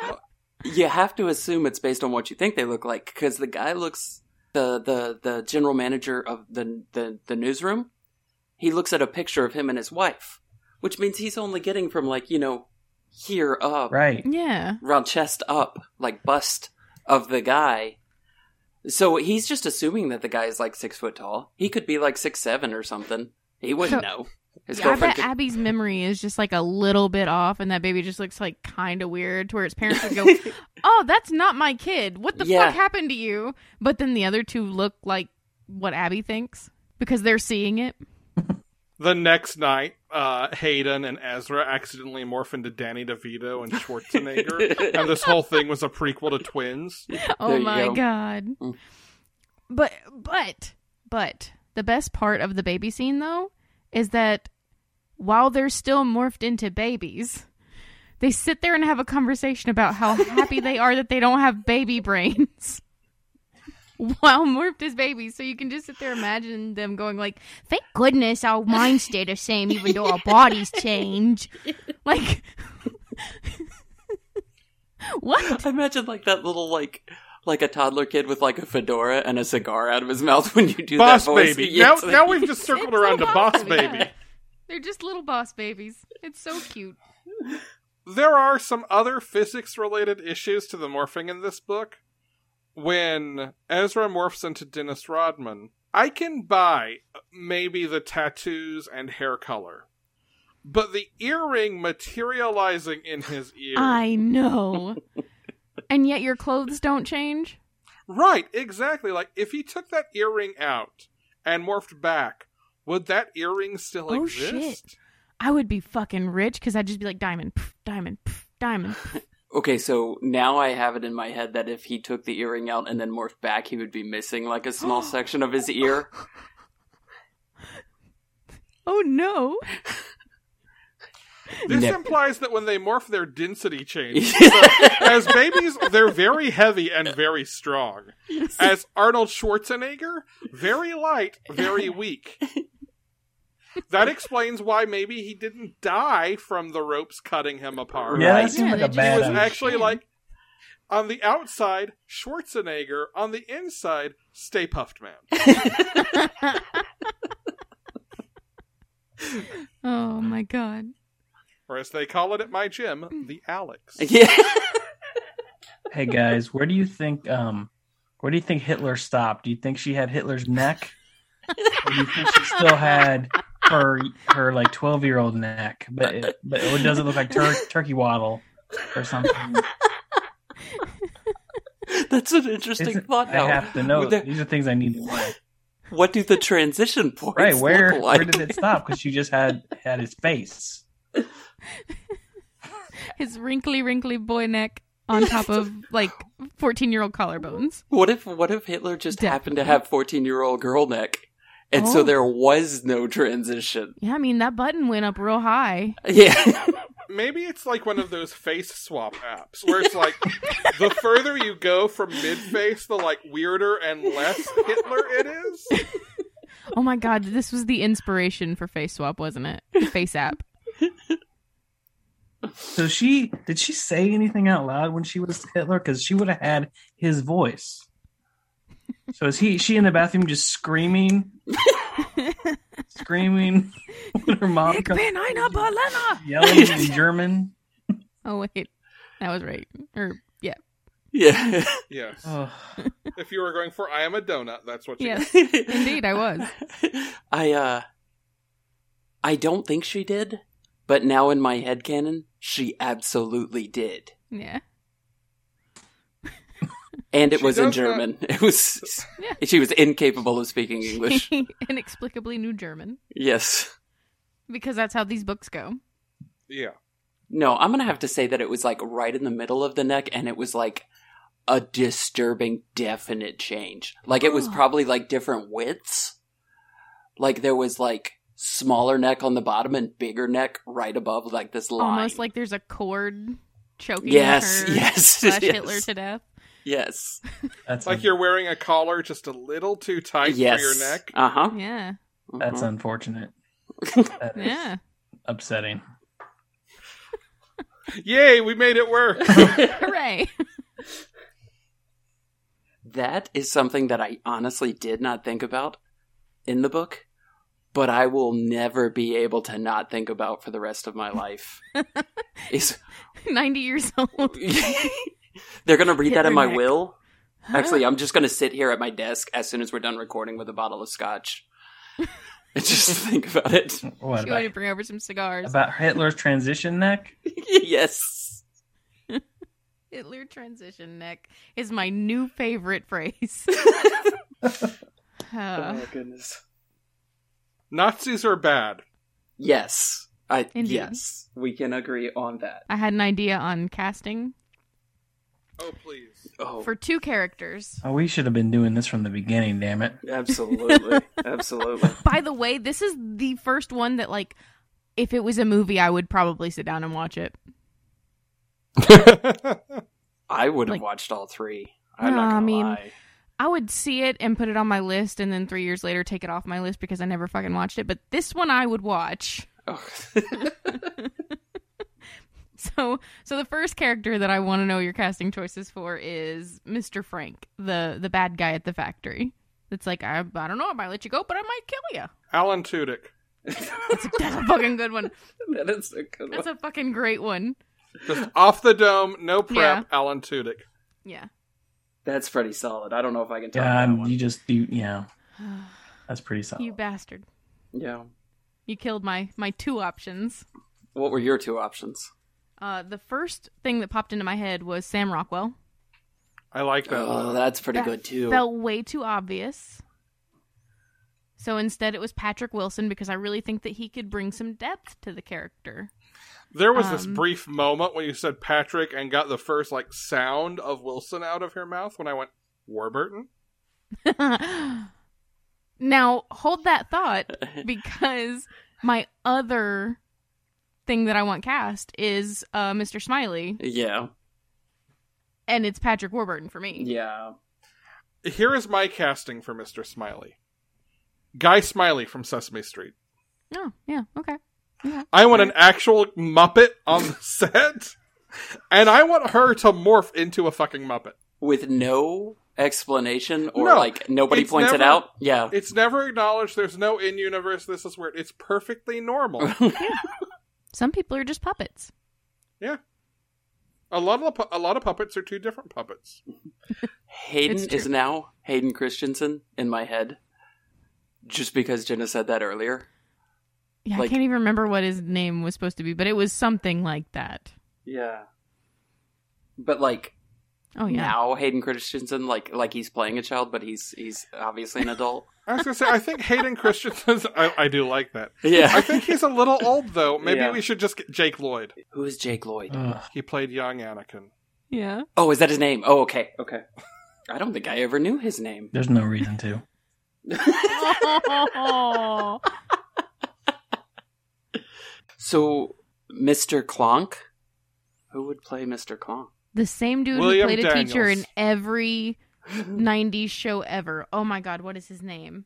you have to assume it's based on what you think they look like because the guy looks the the the general manager of the the, the newsroom, he looks at a picture of him and his wife, which means he's only getting from like you know here up, Right. Yeah. around chest up, like bust of the guy. So he's just assuming that the guy is like six foot tall. He could be like six seven or something. He [LAUGHS] wouldn't So- know. His Yeah, I girlfriend. bet Could, Abby's memory is just like a little bit off, and that baby just looks like kind of weird. To where its parents [LAUGHS] would go, "Oh, that's not my kid. What the Yeah. fuck happened to you?" But then the other two look like what Abby thinks because they're seeing it. The next night, uh, Hayden and Ezra accidentally morph into Danny DeVito and Schwarzenegger, [LAUGHS] and this whole thing was a prequel to Twins. Oh [LAUGHS] There you my go. god! Mm. But but but the best part of the baby scene though is that while they're still morphed into babies. They sit there and have a conversation about how happy they are that they don't have baby brains. [LAUGHS] While morphed as babies, so you can just sit there imagine them going like, "Thank goodness our minds stay the same, even though our bodies [LAUGHS] change." Like, [LAUGHS] what? I [LAUGHS] imagine like that little like like a toddler kid with like a fedora and a cigar out of his mouth when you do boss that voice. [LAUGHS] baby. Yes. Now, now we've just circled It's around to little boss baby. yeah. [LAUGHS] They're just little boss babies. It's so cute. there are some other physics related issues to the morphing in this book. When Ezra morphs into Dennis Rodman, I can buy maybe the tattoos and hair color, but the earring materializing in his ear. I [LAUGHS] know. and yet your clothes don't change? Right, exactly. Like if he took that earring out and morphed back, would that earring still Oh, shit. exist? I would be fucking rich because I'd just be like, diamond, pff, diamond, pff, diamond. pff." Okay, so now I have it in my head that if he took the earring out and then morphed back, he would be missing like a [GASPS] small section of his ear. [LAUGHS] Oh no. This No. implies that when they morph, their density changes. So, as babies, they're very heavy and very strong. As Arnold Schwarzenegger, very light, very weak. That explains why maybe he didn't die from the ropes cutting him apart. Yeah, Right. that seemed Yeah, like they a He bad just- was Adam. idea. actually like on the outside Schwarzenegger, on the inside Stay Puffed Man. Oh my god. Or as they call it at my gym, the Alex. yeah. [LAUGHS] Hey guys, where do you think um where do you think Hitler stopped? Do you think she had Hitler's neck? Or do you think she still had her her like twelve year old neck? But it, but it doesn't look like tur- turkey waddle or something. That's an interesting It's- thought now. I have to know. There- These are things I need to know. What do the transition points Right? Where look like? where did it stop? Because she just had had his face. His wrinkly, wrinkly boy neck on top of [LAUGHS] like 14 year old collarbones. What if what if Hitler just Yeah. happened to have fourteen year old girl neck, and so Oh. there was no transition? Yeah, I mean, that button went up real high. Yeah, [LAUGHS] Maybe it's like one of those face swap apps where it's like the further you go from mid face, the like weirder and less Hitler it is. Oh my god, this was the inspiration for Face Swap, wasn't it? [LAUGHS] Face app. So she did she say anything out loud when she was Hitler? Because she would have had his voice. So is he she in the bathroom just [LAUGHS] screaming, screaming when her mom Ich comes bin eine Berliner! yelling [LAUGHS] in German? Oh wait, that was right. Er, Or yeah, yeah. Yes. Oh. Ugh. If you were going for I am a donut, that's what you yes, indeed, I was. [LAUGHS] I uh, I don't think she did, but now in my head canon, she absolutely did, Yeah, and it She was in does not- German. It was Yeah. she was incapable of speaking English. [LAUGHS] inexplicably knew German yes. because that's how these books go. Yeah. No, I'm gonna have to say that it was like right in the middle of the neck, and it was like a disturbing, definite change. Like it was Oh. probably like different widths. Like there was like smaller neck on the bottom and bigger neck right above like this line. Almost like there's a cord choking yes, her yes, [LAUGHS] slash yes, Hitler to death. yes, That's Like you're wearing a collar just a little too tight yes. Mm-hmm. for your neck. Uh huh. Yeah, that's unfortunate. That is yeah. upsetting. [LAUGHS] [LAUGHS] Yay, we made it work. Hooray! that is something that I honestly did not think about in the book, but I will never be able to not think about for the rest of my [LAUGHS] life. is 90 years old. [LAUGHS] they're gonna read Hit that in my their neck. will? Actually, I'm just gonna sit here at my desk as soon as we're done recording with a bottle of scotch [LAUGHS] and just think about [LAUGHS] it. What you want to about, bring over some cigars. about Hitler's transition neck? yes. Hitler transition neck is my new favorite [LAUGHS] phrase. [LAUGHS] oh Uh, my goodness. Nazis are bad. Yes. I Indeed. yes. We can agree on that. I had an idea on casting Oh, [LAUGHS] please. Oh for two characters. Oh, we should have been doing this from the beginning, damn it. [LAUGHS] absolutely. absolutely. By the way, this is the first one that, like, if it was a movie, I would probably sit down and watch it. I would have Like- watched all three. I'm No, not I gonna mean- lie. I would see it and put it on my list, and then three years later take it off my list because I never fucking watched it. But this one I would watch. [LAUGHS] Oh. So, so the first character that I want to know your casting choices for is Mr. Frank, the the bad guy at the factory. That's like I, I don't know, I might let you go, but I might kill you. Alan Tudyk. [LAUGHS] that [LAUGHS] That's a fucking good one. is a good That's one. a fucking great one. Just off the dome, no prep, Yeah. Alan Tudyk. Yeah. That's pretty solid. I don't know if I can top Yeah, that um, one. you just you [SIGHS] yeah, that's pretty solid. you bastard! Yeah. You killed my my two options. What were your two options? Uh, the first thing that popped into my head was Sam Rockwell. I like that. Oh, that's pretty That good too. Felt way too obvious. So instead, it was Patrick Wilson because I really think that he could bring some depth to the character. [LAUGHS] there was this um, brief moment when you said Patrick and got the first like sound of Wilson out of her mouth when I went Warburton. now hold [LAUGHS] that thought because my other thing that I want cast is uh, Mr. Smiley, yeah. and it's Patrick Warburton for me. Yeah. Here is my casting for Mr. Smiley. Guy Smiley from Sesame Street. Oh, yeah, okay. I want an actual Muppet on the [LAUGHS] set, and I want her to morph into a fucking Muppet. With no explanation or No, like nobody it's points it never- out. Yeah. It's never acknowledged. There's no in universe. This is weird. It's perfectly normal. Some people are just puppets. a lot of the pu- a lot of puppets are two different puppets. Hayden It's true. is now Hayden Christensen in my head. Just because Jenna said that earlier. Yeah, Like- I can't even remember what his name was supposed to be, but it was something like that. Yeah. But like Oh yeah. now Hayden Christensen like like he's playing a child but he's he's obviously [LAUGHS] an adult. I was gonna say I think Hayden Christensen. [LAUGHS] I, I do like that. I yeah. think he's a little old though. Maybe Yeah. we should just get Jake Lloyd. Who is Jake Lloyd? Ugh. He played young Anakin. Yeah. Oh, is that his name? Oh, okay. Okay. I don't think I ever knew his name. There's no reason to. Oh. so, Mr. Clonk? Who would play Mr. Clonk? [LAUGHS] the same dude William who played a teacher in Daniels. every 90s show ever. Oh my god, what is his name?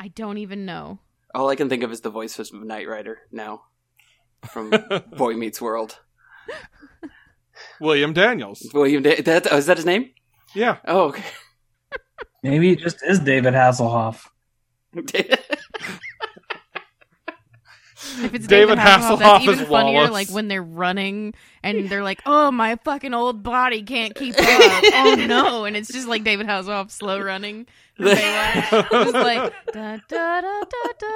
I don't even know. All I can think of is the voice of Knight Rider now [LAUGHS] from Boy Meets World. William Daniels. William da- that, oh, is that his name? Yeah. Oh, okay. Maybe it just is David Hasselhoff. If it's David David, Hasselhoff, that's Hasselhoff even is funnier Wallace. like when they're running and they're like, "Oh, my fucking old body can't keep up." oh [LAUGHS] no, and it's just like David Hasselhoff slow running. from [LAUGHS] Baywatch. Just like da da da da da.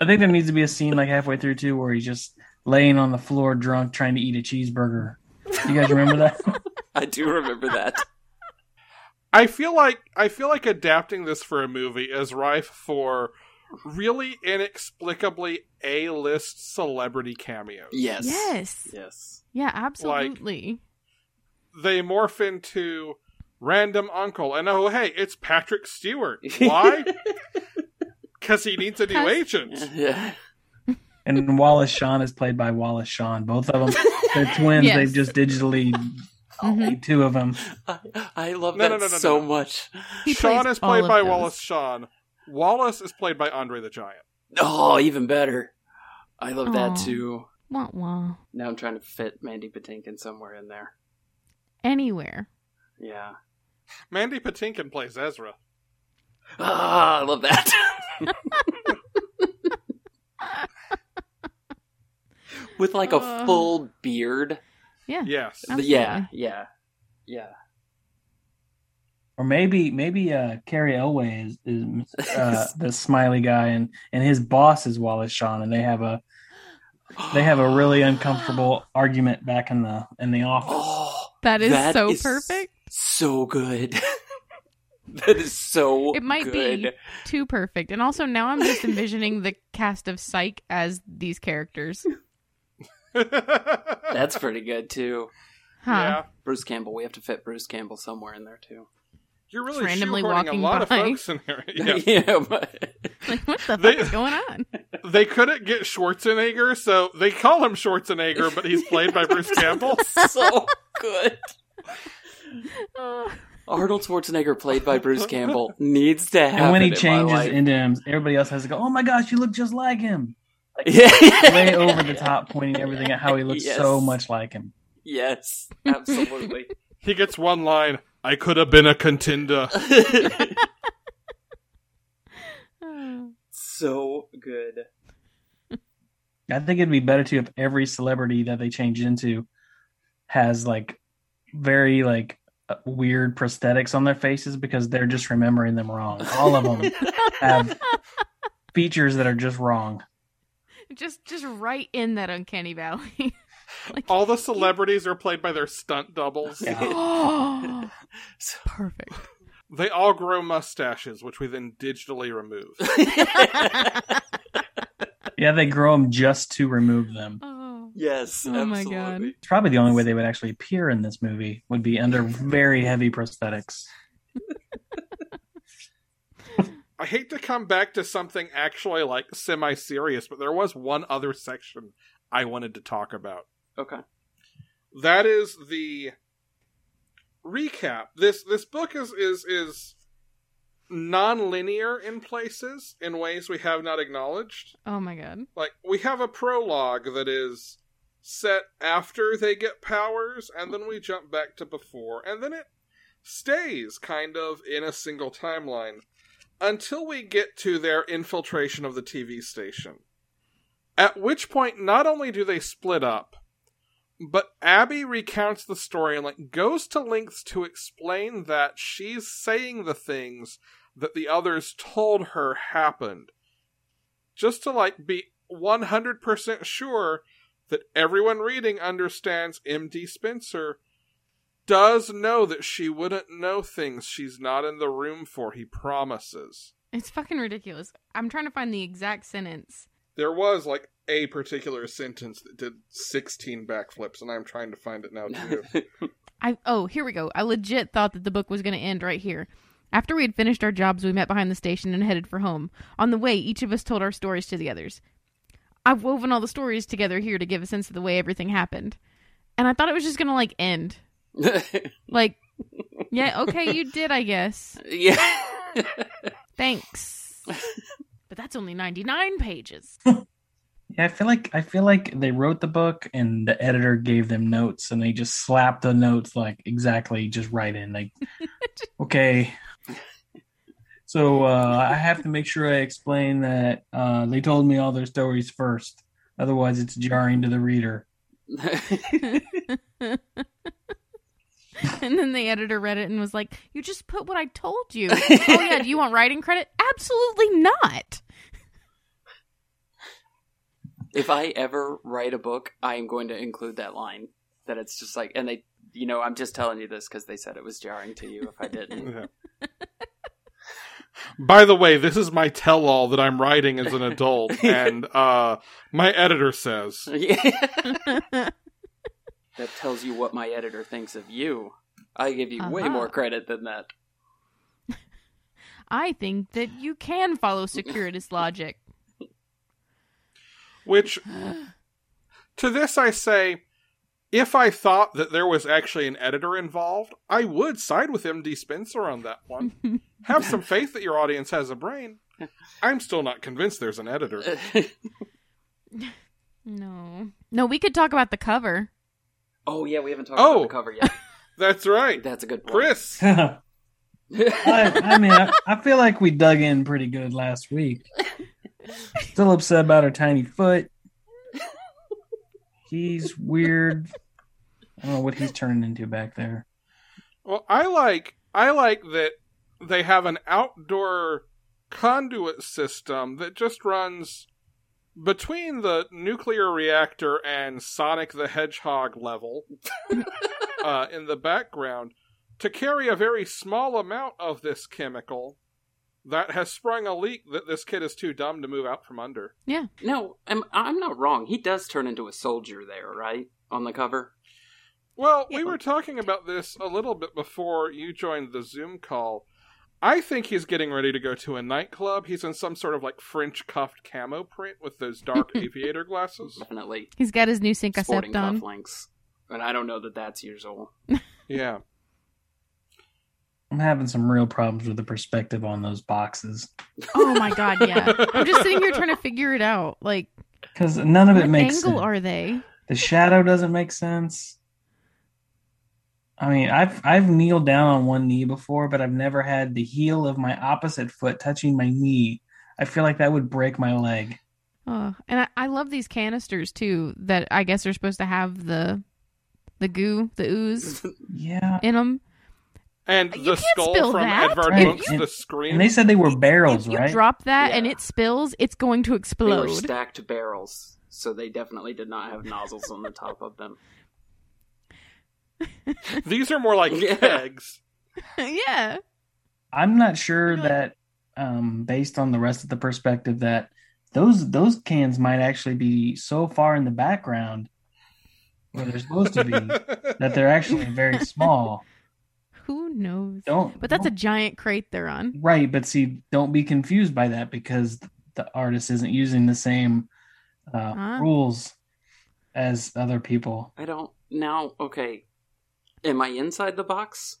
I think there needs to be a scene like halfway through too where he's just laying on the floor drunk trying to eat a cheeseburger. You guys remember [LAUGHS] that? [LAUGHS] I do remember that. I feel like I feel like adapting this for a movie is rife for really inexplicably A-list celebrity cameos. Yes. Yes. Yes. Yeah, absolutely. They morph into random uncle, and oh hey, it's Patrick Stewart. Why? Because he needs a new 'Cause- agent. Yeah. and Wallace Shawn is played by Wallace Shawn. Both of them, they're twins. Yes. They've just digitally Mm-hmm. oh, Mhm. made two of them. I, I love No, that no, no, no, so no. much. He Sean plays is played all by of those. Wallace Shawn. Wallace is played by Andre the Giant. Oh, even better. I love that Aw. too. Wah wah. Now I'm trying to fit Mandy Patinkin somewhere in there. Anywhere. Yeah. Mandy Patinkin plays Ezra. Ah, I love that. [LAUGHS] With like a Uh. full beard. Yes. Absolutely. Yeah, yeah, yeah. Or maybe maybe uh, Carrie Elway is, is uh, the smiley guy, and and his boss is Wallace Shawn, and they have a [LAUGHS] Uh, they have a [GASPS] really uncomfortable argument back in the in the office. Oh, That is That so is- perfect. so good. [LAUGHS] that is so. It might good. [LAUGHS] be. Too perfect. And also now I'm just envisioning the cast of Psych as [LAUGHS] these characters. That's pretty good too. Huh. yeah. Bruce Campbell. We have to fit Bruce Campbell somewhere in there too. You're really Randomly shoehorning walking a lot by. of folks in there. [LAUGHS] Yeah. but- Like what the They- fuck is going on? they couldn't get Schwarzenegger, so they call him Schwarzenegger, but he's played by Bruce Campbell. [LAUGHS] so good. Oh. Arnold Schwarzenegger, played by Bruce [LAUGHS] Campbell, needs to have. And when he it in my changes life. into him, everybody else has to go, "Oh my gosh, you look just like him!" [LAUGHS] yeah, [LAUGHS] [LAUGHS] Way over the top, pointing everything at how he looks Yes. so much like him. Yes, [LAUGHS] absolutely. [LAUGHS] He gets one line I could have been a contender. [LAUGHS] so good. I think it'd be better too if every celebrity that they change into has like very like uh, weird prosthetics on their faces because they're just remembering them wrong. All of them have features that are just wrong. [LAUGHS] just just right in that uncanny valley. [LAUGHS] All the celebrities are played by their stunt doubles. Yeah. oh, [GASPS] So- perfect. [LAUGHS] They all grow mustaches, which we then digitally remove. [LAUGHS] Yeah, they grow them just to remove them. Oh. yes, Oh my absolutely. God. It's probably the only way they would actually appear in this movie would be under very heavy prosthetics. I hate to come back to something actually like semi serious, but there was one other section I wanted to talk about. Okay. that is the recap this this book is is is non-linear in places in ways we have not acknowledged Oh my god. like we have a prologue that is set after they get powers and then we jump back to before and then it stays kind of in a single timeline until we get to their infiltration of the TV station at which point not only do they split up but Abby recounts the story and like goes to lengths to explain that she's saying the things that the others told her happened just to like be 100% sure that everyone reading understands MD Spencer does know that she wouldn't know things she's not in the room for he promises It's fucking ridiculous. I'm trying to find the exact sentence. there was like a particular sentence that did 16 backflips and i'm trying to find it now too I oh, here we go. I legit thought that the book was going to end right here. After we had finished our jobs, we met behind the station and headed for home. On the way, each of us told our stories to the others. I've woven all the stories together here to give a sense of the way everything happened. And I thought it was just going to like end. Like yeah, okay, you did, I guess. yeah. [LAUGHS] Thanks. But that's only 99 pages. [LAUGHS] Yeah, I feel like I feel like they wrote the book and the editor gave them notes and they just slapped the notes like exactly just right in like okay. So uh, I have to make sure I explain that uh, they told me all their stories first, otherwise it's jarring to the reader. And then the editor read it and was like, You just put what I told you. oh, yeah. Do you want writing credit? Absolutely not. if I ever write a book, I am going to include that line. That it's just like, and they, you know, I'm just telling you this because they said it was jarring to you if [LAUGHS] I didn't. [LAUGHS] Yeah. By the way, this is my tell all that I'm writing as an adult, and uh, my editor says. Yeah. [LAUGHS] that tells you what my editor thinks of you. I give you way Uh-huh. more credit than that. I think that you can follow securitist logic. [LAUGHS] Which, to this, I say, if I thought that there was actually an editor involved, I would side with MD Spencer on that one. [LAUGHS] Have some faith that your audience has a brain. I'm still not convinced there's an editor. Uh, No. No, we could talk about the cover. [LAUGHS] oh yeah, we haven't talked Oh. about the cover yet. That's right. That's a good point. Chris, [LAUGHS] I, I mean, I, I feel like we dug in pretty good last week. Still upset about her tiny foot. He's weird. I don't know what he's turning into back there. Well, I like I like that they have an outdoor conduit system that just runs between the nuclear reactor and Sonic the Hedgehog level uh, in the background to carry a very small amount of this chemical that has sprung a leak that this kid is too dumb to move out from under. no, I'm, I'm not wrong. He does turn into a soldier there, right? On the cover. Well, we Yeah. were talking about this a little bit before you joined the Zoom call. I think he's getting ready to go to a nightclub. He's in some sort of like French cuffed camo print with those dark [LAUGHS] aviator glasses. Definitely. He's got his new sync Sporting accept on. cufflinks. And I don't know that that's years old. Yeah. I'm having some real problems with the perspective on those boxes [LAUGHS] Oh my god, yeah. I'm [LAUGHS] just sitting here trying to figure it out. Like, because none of what it makes angle sense. are they? The shadow doesn't make sense. I mean, I've I've kneeled down on one knee before, but I've never had the heel of my opposite foot touching my knee. I feel like that would break my leg. Oh, and I, I love these canisters too. That I guess are supposed to have the the goo, the ooze Yeah. in them. And You the can't skull spill from that. Edvard Right. Munch's The And they Scream. said they were barrels, if you right? drop that and Yeah. it spills, it's going to They [LAUGHS] were [LAUGHS] explode. stacked barrels, so they definitely did not have nozzles on the top of them. These are more like Yeah. [LAUGHS] kegs. yeah. I'm not sure Really? that um based on the rest of the perspective that those those cans might actually be so far in the background where they're [LAUGHS] supposed to be that they're actually very small. Who knows? Don't But that's don't a giant crate they're on. Right, but see, don't be confused by that because the artist isn't using the same uh, Huh? rules as other people. I don't now. Okay, am I inside the box?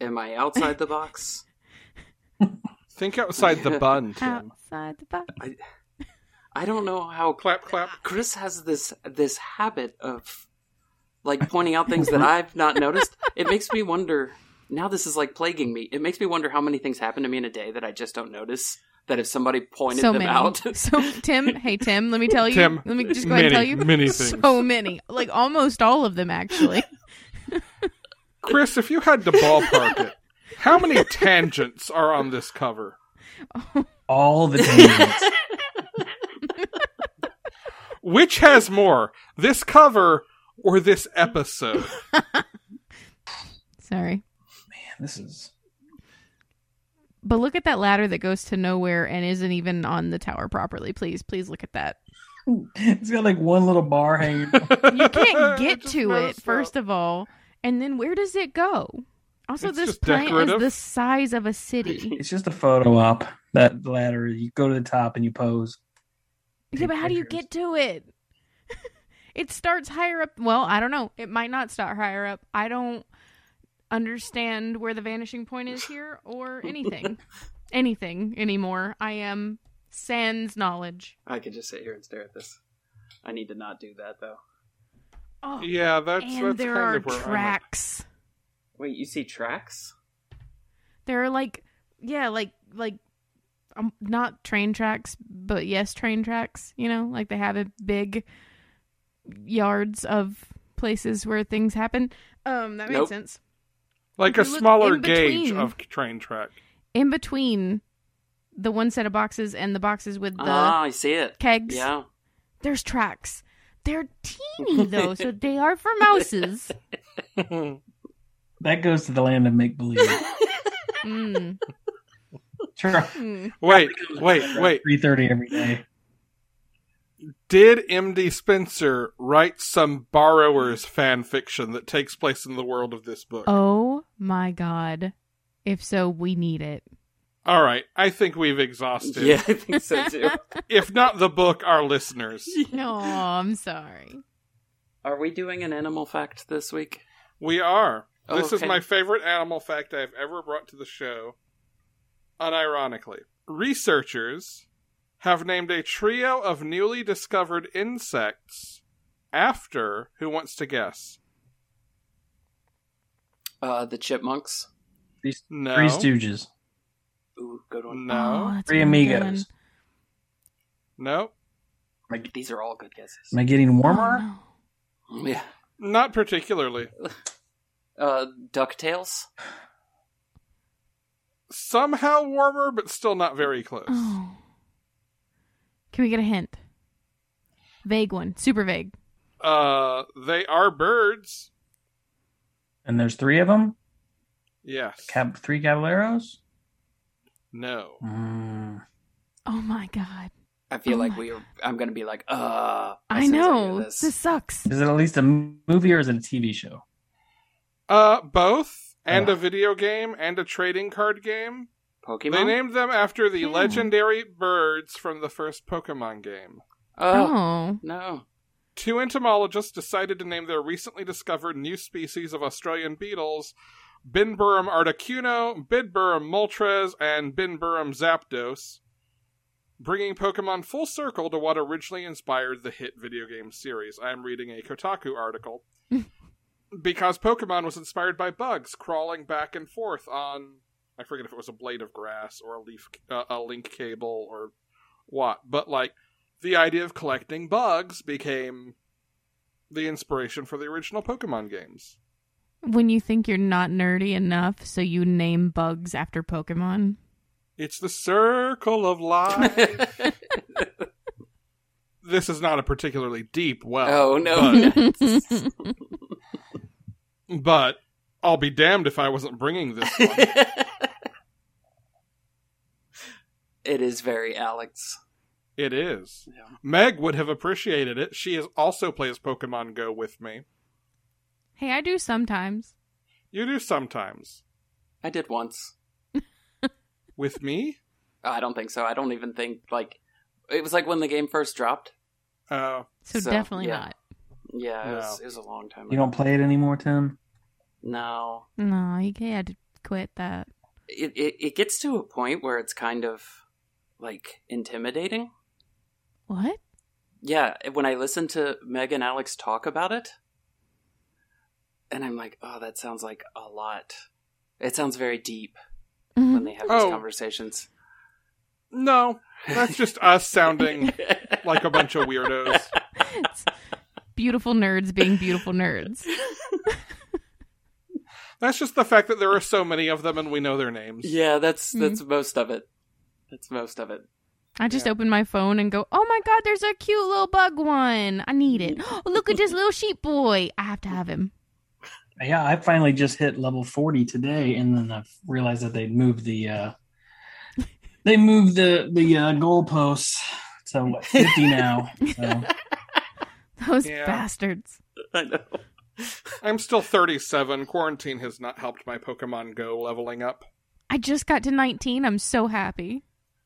Am I outside the box? Think outside the bun, Uh, Tim. Outside the box. I don't know how Clap, clap. Chris has this this habit of like pointing out things that I've not noticed. It makes me wonder. Now this is like plaguing me. It makes me wonder how many things happen to me in a day that I just don't notice. That if somebody pointed So them many. out, [LAUGHS] [LAUGHS] so Tim, hey Tim, let me tell you. Tim, let me just go ahead and tell you. many [LAUGHS] So many, like almost all of them, actually. [LAUGHS] Chris, if you had to ballpark it, how [LAUGHS] many tangents are on this cover? [LAUGHS] All the tangents. Which has more, this cover or this episode? Sorry, this is but look at that ladder that goes to nowhere and isn't even on the tower properly. Please, please look [LAUGHS] at that. it's got like one little bar hanging. [LAUGHS] You can't get Just to it noticed first that. of all, and then where does it go? Also, It's this just plant decorative. is the size of [LAUGHS] a city. It's just a photo op. That ladder, you go to the top and you pose. Yeah, but how do you Pictures. get to it? [LAUGHS] it starts higher up. Well, I don't know. It might not start higher up. I don't understand where the vanishing point is here [LAUGHS] or anything. anything anymore. I am sans knowledge. I could just sit here and stare at this. I need to not do that though. Oh, Yeah, that's and that's there kind are of where I'm at. tracks. Wait, you see tracks? There are like, yeah, like, like, um, not train tracks, but yes, train tracks. You know, like they have a big yards of places where things happen. Um, that made Nope. sense. like If a you look smaller in gauge between- of train track. in between the one set of boxes and the boxes with the Ah, I see it. kegs, Yeah. there's tracks. They're [LAUGHS] teeny though, so they are for mouses. That goes to the land of make [LAUGHS] believe. Mm, Try mm. Wait, [LAUGHS] wait, wait. three thirty every day. Did MD Spencer write some borrowers fan fiction that takes place in the world of this book? Oh my god. If so, we need it. All right, I think we've exhausted. yeah, I think so too. If not the book, our listeners. No, I'm sorry. Are we doing an animal fact this week? We are. Oh, this okay. is my favorite animal fact I've ever brought to the show. Unironically, researchers have named a trio of newly discovered insects after who wants to guess? Uh, the Chipmunks. No. Three Stooges, Ooh, good one. Oh, No. that's Three a really good Amigos. No. These are all good guesses. Mm, Am I getting one. warmer? Oh, Yeah. Not particularly. Uh, Ducktales. Somehow warmer, but still not very close. no. Oh. Can we get a hint? Vague one, super vague. Uh, they are birds. And there's three of them. Yes. Cab- three Caballeros. no. Mm. Oh my god, I feel Oh like my we. Are, I'm gonna be like, uh. as I soon as hear know this. this sucks. Is it at least a m- movie or is it a TV show? Uh, both and a Ugh. video game and a trading card game. They Pokemon. named them after the Yeah. legendary birds from the first Pokemon game. oh Oh, [LAUGHS] no. [LAUGHS] Two entomologists decided to name their recently discovered new species of Australian beetles Binburum articuno, Bidburum moltres, and Binburum zapdos, bringing Pokemon full circle to what originally inspired the hit video game series. I am reading a Kotaku article. because Pokemon was inspired by bugs crawling back and forth on, I forget if it was a blade of grass or a leaf, uh, a link cable or what, but like the idea of collecting bugs became the inspiration for the original Pokemon games. when you think you're not nerdy enough, so you name bugs after Pokemon. It's the circle of life. [LAUGHS] this is not a particularly deep well, oh no. but I'll be damned if I wasn't bringing this [LAUGHS] one. [LAUGHS] it is very Alex. it is. Yeah. Meg would have appreciated it. She is also plays Pokemon Go with me. hey, I do sometimes. You do sometimes. I did once. With me? I don't think so. I don't even think like it was like when the game first dropped. Uh, So, So, definitely yeah. Yeah, it, was, No. it was a long time. You ago. don't play it anymore, Tim. No, not. No, you had to quit that. it, it it gets to a point where it's kind of like intimidating. [LAUGHS] What? Yeah, when I listen to Meg and Alex talk about it, and I'm like, oh, that sounds like a lot. It sounds very deep when they have these Oh. conversations. no, that's just us [LAUGHS] sounding like a bunch of weirdos. It's beautiful nerds being beautiful nerds. That's just the fact that there are so many of them and we know their names. Yeah, that's that's most of it. That's most of it. I just Yeah. open my phone and go, "Oh my god, there's a cute little bug one. I [LAUGHS] need it. Oh, look at this little sheep boy. I have to have him." [LAUGHS] Yeah, I finally just hit level forty today, and then I realized that they moved the uh, they moved the the uh, goalposts to what fifty now. So Those Yeah. bastards. I know. I'm still 37. Quarantine has not helped my Pokemon Go leveling up. I just got to 19. I'm so happy.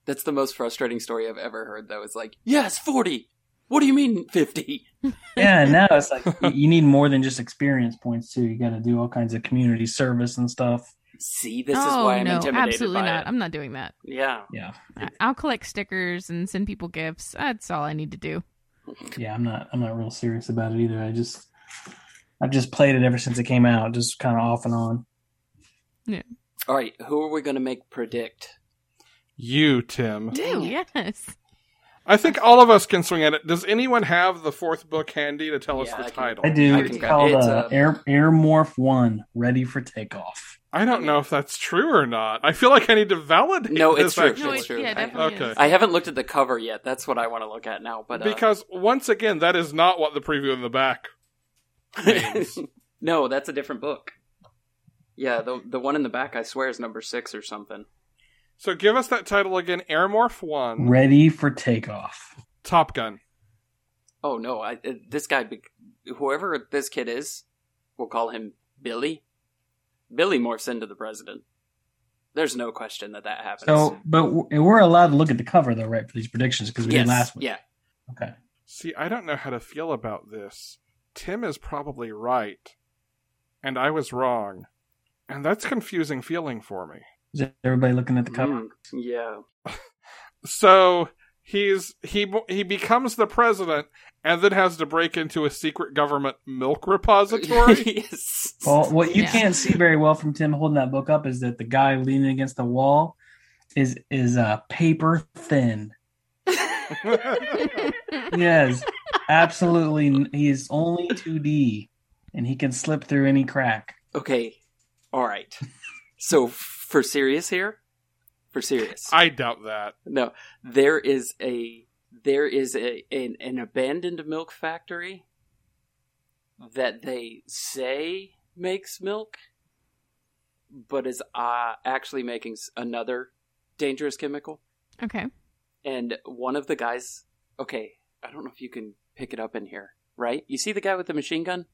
That's the most frustrating story I've ever heard, though. It's like, yes, 40. What do you mean 50? yeah, and now it's like y- you need more than just experience points too. You got to do all kinds of community service and stuff. See, this is oh why I'm no, intimidated absolutely by not. it. I'm not doing that. Yeah. Yeah, I- I'll collect stickers and send people gifts. That's all I need to do. yeah, I'm not I'm not real serious about it either. I just I've just played it ever since it came out, just kind of off and on. All right, who are we going to make predict? You, Tim. Dang Ooh, it. yes. I think all of us can swing at it. Does anyone have the fourth book handy to tell us Yeah, the I can- title? I do. I It's can- called it's, uh, um, Air Air Morph One, ready for takeoff. I don't know if that's true or not. I feel like I need to validate. No, this, it's true. actually. No, it's it- true. yeah, I- definitely. Okay. is. I haven't looked at the cover yet. That's what I want to look at now. But uh, because once again, that is not what the preview in the back. [LAUGHS] means. no, that's a different book. Yeah, the the one in the back, I swear, is number six or something. so give us that title again. Airmorph One, Ready for takeoff. Top Gun. Oh no, I, uh, this guy, be- whoever this kid is, we'll call him Billy. Billy morphs into the president. There's no question that that happens. So, but w- we're allowed to look at the cover though, right? For these predictions because we yes, did last week. yeah, Okay. See, I don't know how to feel about this. Tim is probably right, and I was wrong, and that's confusing feeling for me. Is everybody looking at the cover? Mm, yeah. So he's he he becomes the president and then has to break into a secret government milk [LAUGHS] repository. [LAUGHS] yes. Well, what you Yeah. can't see very well from Tim holding that book up is that the guy leaning against the wall is is uh, paper thin. [LAUGHS] Yes, absolutely. n- He is only 2D, and he can slip through any crack. Okay. All right. So f- for serious here, for serious. I doubt that. No, there is a there is a an, an abandoned milk factory that they say makes milk, but is uh, actually making s- another dangerous chemical. [LAUGHS] Okay. And one of the guys, okay, I don't know if you can pick it up in here, right? You see the guy with the machine gun?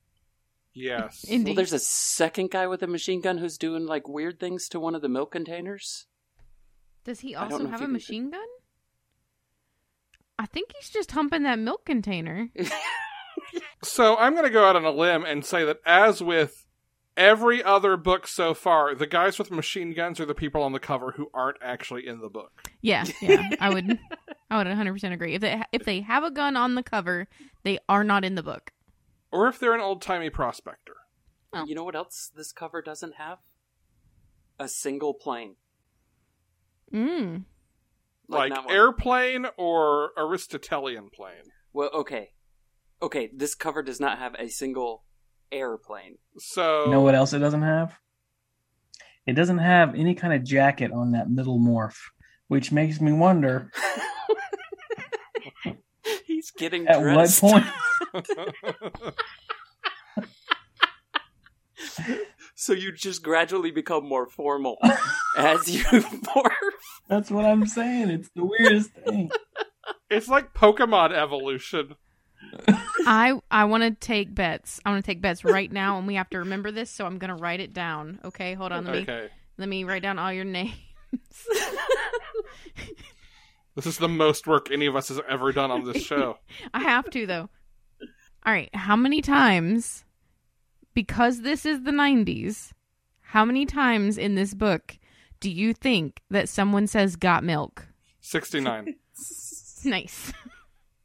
Yes. Indeed. Well, there's a second guy with a machine gun who's doing like weird things to one of the milk containers. Does he I don't also know if have you a can- machine gun? I think he's just humping that [LAUGHS] milk container. So I'm going to go out on a limb and say that, as with every other book so far, the guys with machine guns are the people on the cover who aren't actually in the book. Yeah, yeah. I would I would 100% agree. If they ha- if they have a gun on the cover, they are not in the book. Or if they're an old timey prospector. Oh. You know what else this cover doesn't have? A single plane. Mm. Like, not one- airplane or Aristotelian plane. Well, okay. Okay, this cover does not have a single airplane. [LAUGHS] So You know what else it doesn't have? It doesn't have any kind of jacket on that middle morph, which makes me wonder He's getting at dressed. what point. [LAUGHS] [LAUGHS] So you just gradually become more [LAUGHS] formal as you [LAUGHS] morph. That's what I'm saying. It's the weirdest thing. [LAUGHS] it's like Pokemon evolution. I I want to take bets. I want to take bets right now and we have to remember this, so I'm going to write it down. Okay, hold on. Let me Okay. let me write down all your names. [LAUGHS] This is the most work any of us has ever done on this [LAUGHS] show. I have to though. All right, how many times because this is the 90s, how many times in this book do you think that someone says got milk? 69. Nice.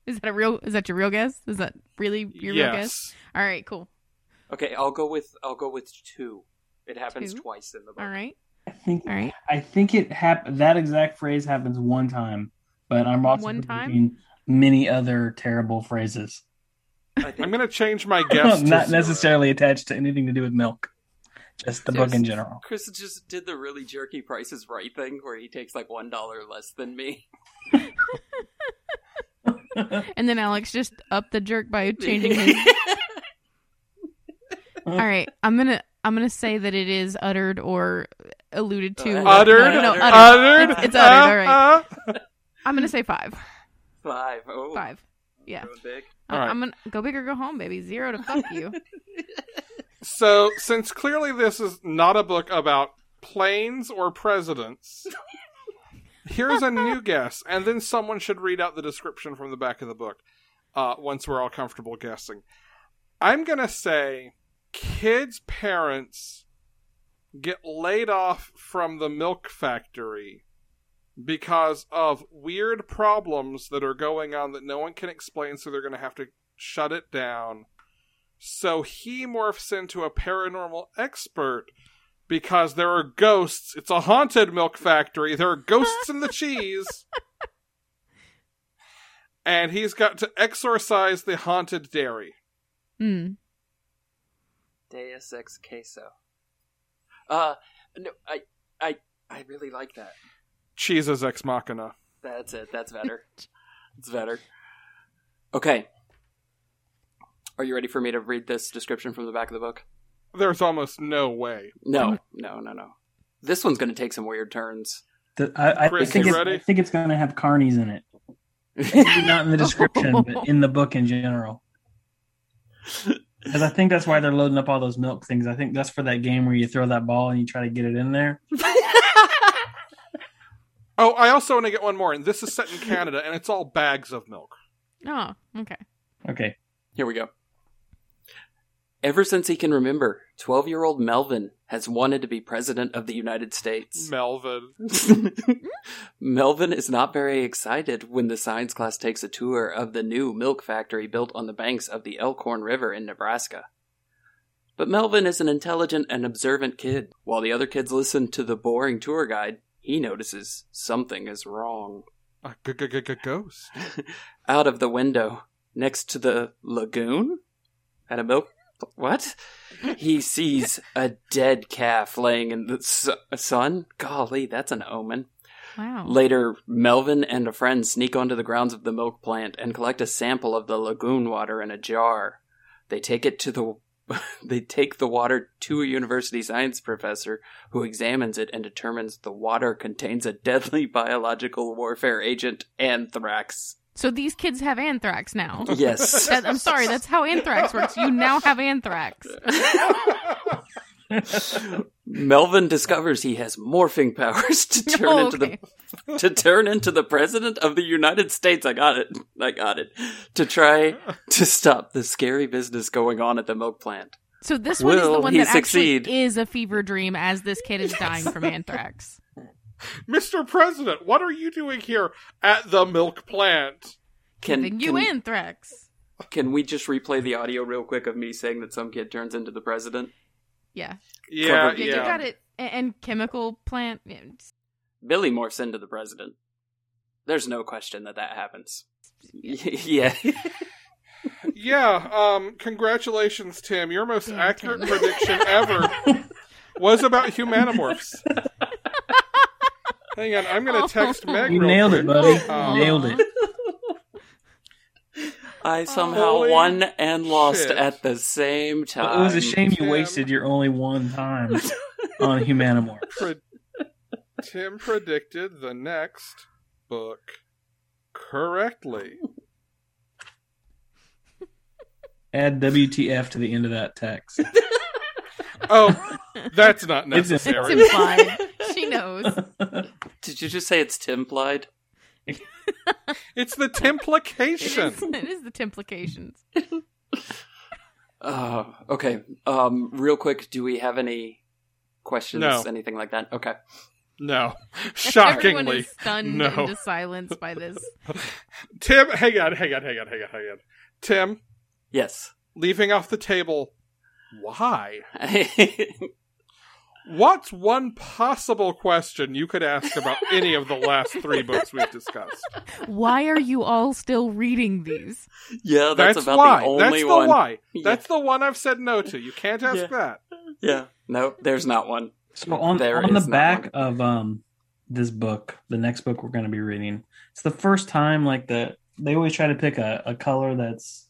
Is that a real is that your real guess? Is that really your real guess? yes. All right, cool. Okay, I'll go with I'll go with two. It happens Two? twice in the book. All right. I think All right. I think it hap- that exact phrase happens one time, but I'm also One time? thinking many other terrible phrases, I think I'm going to change my [LAUGHS] guess. to not zero. necessarily attached to anything to do with milk, just the book in There's- general. Chris just did the really jerky prices right thing where he takes like one dollar less than me. [LAUGHS] And then Alex just upped the jerk by changing his All right. I'm going to I'm going to say that it is uttered or alluded to. Uh, Uttered? No, no, Uttered. uttered. Uttered? It's, it's uttered. All right. Uh, uh. I'm going to say 5. Five. Oh, 5. Yeah. going big. All right. I'm gonna go big or go home, baby. Zero to fuck [LAUGHS] you. So, since clearly this is not a book about planes or presidents, here's a new guess, and then someone should read out the description from the back of the book uh, once we're all comfortable guessing. I'm going to say kids' parents get laid off from the milk factory because of weird problems that are going on that no one can explain, so they're going to have to shut it down. So he morphs into a paranormal expert because there are ghosts. It's a haunted milk factory. There are ghosts in the cheese. And he's got to exorcise the haunted dairy. Mm. Deus ex queso. Uh, no, I, I, I really like that. Cheese's ex machina. That's it. That's better. it's better. Okay. Are you ready for me to read this description from the back of the book? There's almost no way. No, no, no, no. This one's going to take some weird turns. The- I, I Chris, think you it's, ready? I think it's going to have carnies in it. Maybe not in the description, but in the book in general. Because I think that's why they're loading up all those milk things. I think that's for that game where you throw that ball and you try to get it in there. Oh, I also want to get one more, and this is set in Canada, and it's all bags of milk. Oh, okay. Okay. Here we go. Ever since he can remember, 12 year old Melvin has wanted to be president of the United States. Melvin. [LAUGHS] Melvin is not very excited when the science class takes a tour of the new milk factory built on the banks of the Elkhorn River in Nebraska. But Melvin is an intelligent and observant kid. While the other kids listen to the boring tour guide, he notices something is wrong. A g- g- g- g- ghost. Out of the window, next to the lagoon? At a milk. What? He sees a dead calf laying in the su- sun? Golly, that's an omen. Wow. Later, Melvin and a friend sneak onto the grounds of the milk plant and collect a sample of the lagoon water in a jar. They take it to the [LAUGHS] they take the water to a university science professor who examines it and determines the water contains a deadly biological warfare agent anthrax. so these kids have anthrax [LAUGHS] now. Yes. That- I'm sorry, that's how anthrax works. You now have anthrax. Melvin discovers he has morphing powers [LAUGHS] to [LAUGHS] turn Oh, into okay. the to turn into the president of the United States. I got it. I got it. To try to stop the scary business going on at the milk plant. So this one is the Will one he that succeed? actually is a fever dream as this kid is dying [LAUGHS] from anthrax. Mr. President, what are you doing here at the milk plant? Can Giving you can, anthrax. can we just replay the audio real quick of me saying that some kid turns into the president? Yeah. Yeah, Covered. Yeah, Uh, yeah. you got it. A- And chemical plant. yeah, it's- Billy morphs into the president. There's no question that that happens. [LAUGHS] yeah. Yeah, um, congratulations, Tim. Your most Damn, accurate Tim. prediction [LAUGHS] ever was about humanimorphs. Hang on, I'm gonna text Oh. Meg. You real nailed it, quick. buddy. Um, nailed it. [LAUGHS] I somehow Holy won and lost shit. at the same time. Well, it was a shame Tim. you wasted your only one time [LAUGHS] on Humanimore. Pre- Tim predicted the next book correctly. Add WTF to the end of that text. Oh, that's not It's- It's necessary. implied. [LAUGHS] she knows. Did you just say it's Timplied? It's the It templication. is, it is the templications. Oh, okay. Um, real quick, do we have any questions? No. Anything like that? Okay. No, [LAUGHS] Everyone shockingly, is stunned no. into silence by this. Tim. Hang on, hang on, hang on, hang on, hang on. Tim, Yes. [LAUGHS] leaving off the table. Why? What's one possible question you could ask about any of the last three books we've discussed? Why are you all still reading these? yeah, that's, about why. the only that's the one. why. [LAUGHS] Yeah. That's the one I've said no to. You can't ask Yeah. that. Yeah. No, there's not one. So on, There on the is not back of um this book, the next book we're going to be reading, it's the first time like the they always try to pick a, a color that's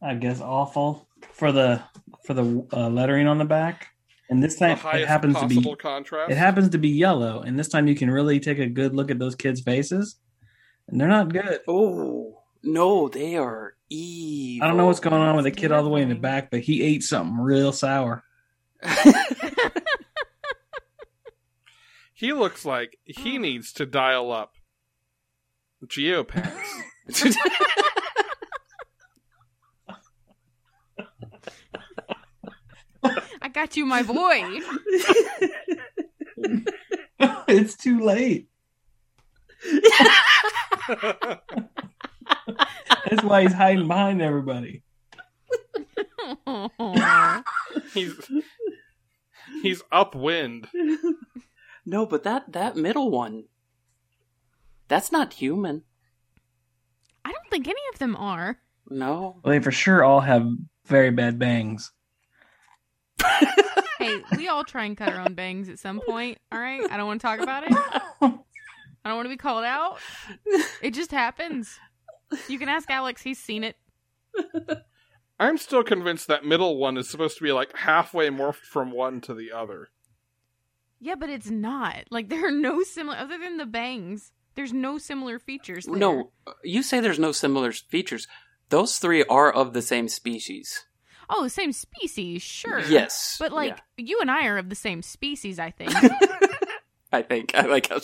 I guess awful for the for the uh, lettering on the back, and this The time it highest happens to possible be contrast. it happens to be yellow, and this time you can really take a good look at those kids' faces, and they're not good. Oh, no, they are evil. I don't know what's going on with the kid all the way in the back, but he ate something real sour. [LAUGHS] he looks like he needs to dial up Geopax. I got you, my [LAUGHS] boy. it's too late. That's why he's hiding behind everybody. Aw. he's he's upwind. no, but that, that middle one, that's not human. I don't think any of them are. No. Well, they for sure all have very bad bangs. Hey, we all try and cut our own bangs at some point, all right? I don't want to talk about it. I don't want to be called out. It just happens. You can ask Alex, he's seen it. I'm still convinced that middle one is supposed to be like halfway morphed from one to the other. Yeah, but it's not. Like there are no similar other than the bangs. There's no similar features. There. No, you say there's no similar features. Those three are of the same species. Oh, same species, sure. Yes. But like Yeah, you and I are of the same species, I think. I think. [LAUGHS] I like how.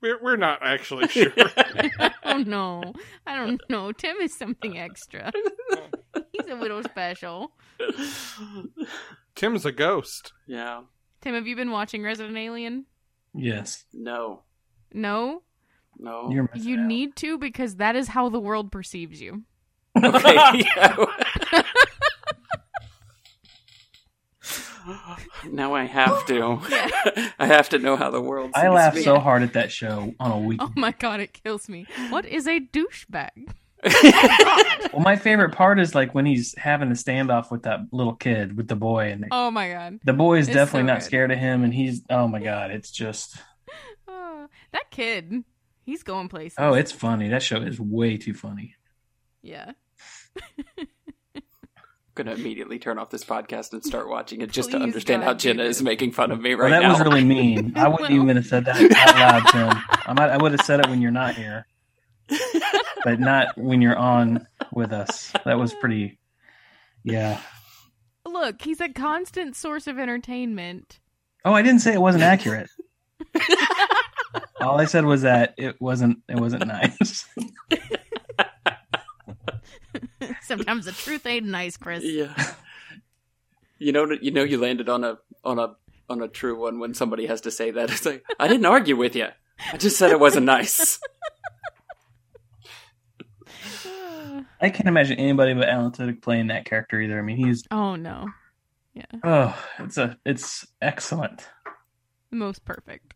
We're we're not [LAUGHS] actually sure. [LAUGHS] oh no. I don't know. Tim is something extra. He's a little special. Tim's a ghost. yeah. Tim, have you been watching Resident Alien? Yes. No. No, No. You're missing you out. need to because that is how the world perceives you. Okay. [LAUGHS] yeah. now I have to. I have to know how the world. I sees laugh me. so hard at that show on a week. Oh my god, it kills me. What is a douchebag? Well, my favorite part is like when he's having the standoff with that little kid, with the boy, and Oh my god, the boy is It's definitely so not good. scared of him, and he's oh my god, it's just Ah, that kid. He's going places. oh, it's funny. That show is way too funny. yeah. I'm [LAUGHS] gonna immediately turn off this podcast and start watching it just to Please, understand God, how do Jenna this. is making fun of me Well, right that now. was [LAUGHS] really mean. I wouldn't Well. even have said that out [LAUGHS] loud, Tim. I might, I would have said it when you're not here, but not when you're on with us. That was pretty. Yeah. Look, he's a constant source of entertainment. Oh, I didn't say it [LAUGHS] wasn't accurate. All I said was that it wasn't. It wasn't nice. Sometimes the truth ain't nice, [LAUGHS] Chris. [LAUGHS] yeah. You know, you know, you landed on a on a on a true one when somebody has to say that. It's like I didn't argue with you. I just said it wasn't [LAUGHS] nice. Ah. I can't imagine anybody but Alan Tudyk playing that character either. I mean, he's oh no, oh, it's a it's excellent. the most perfect.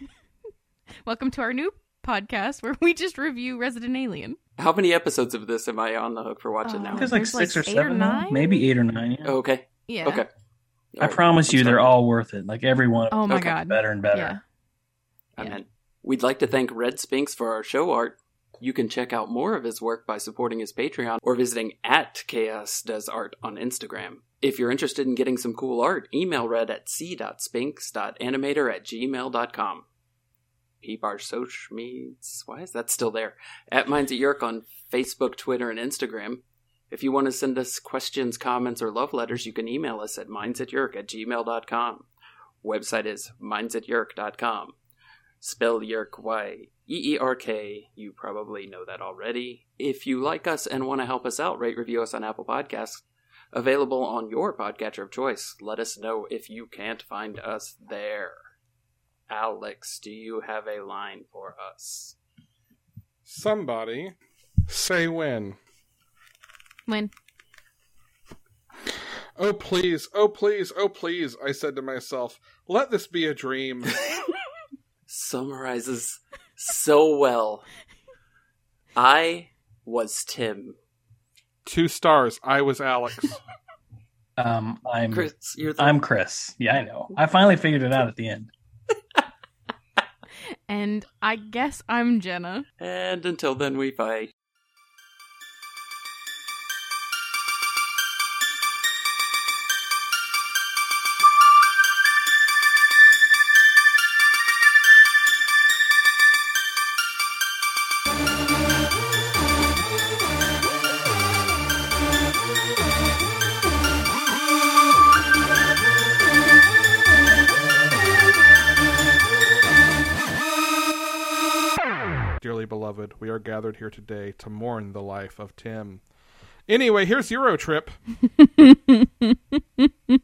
[LAUGHS] Welcome to our new podcast where we just review Resident Alien. How many episodes of this am I on the hook for watching Oh, I think now? there's like there's, six like, or eight or seven, now. nine? maybe eight or nine. yeah. Oh, okay. Yeah. Okay. I promise you, they're all. all worth it. Like every one of them Oh my Okay. god. better and Yeah. better. I Yeah. mean, we'd like to thank Red Spinks for our show art. You can check out more of his work by supporting his Patreon or visiting at Chaos Does Art on Instagram. If you're interested in getting some cool art, email red at c.spinks.animator at gmail.com. Peep our social meets. Why is that still there? At Minds at York on Facebook, Twitter, and Instagram. If you want to send us questions, comments, or love letters, you can email us at mindsatyurk at gmail.com. Website is mindsatyurk.com spell yerk y e e r k you probably know that already if you like us and want to help us out rate review us on apple podcasts available on your podcatcher of choice let us know if you can't find us there alex do you have a line for us Somebody say when. When Oh, please, oh, please, oh, please, I said to myself, let this be a dream. summarizes so well i was tim [LAUGHS] Two stars. I was Alex. [LAUGHS] Um, I'm chris you're the I'm Chris. Yeah, I know. I finally figured it out at the end. and I guess I'm Jenna. and until then we fight Dearly beloved, we are gathered here today to mourn the life of Tim. Anyway, here's Euro Trip.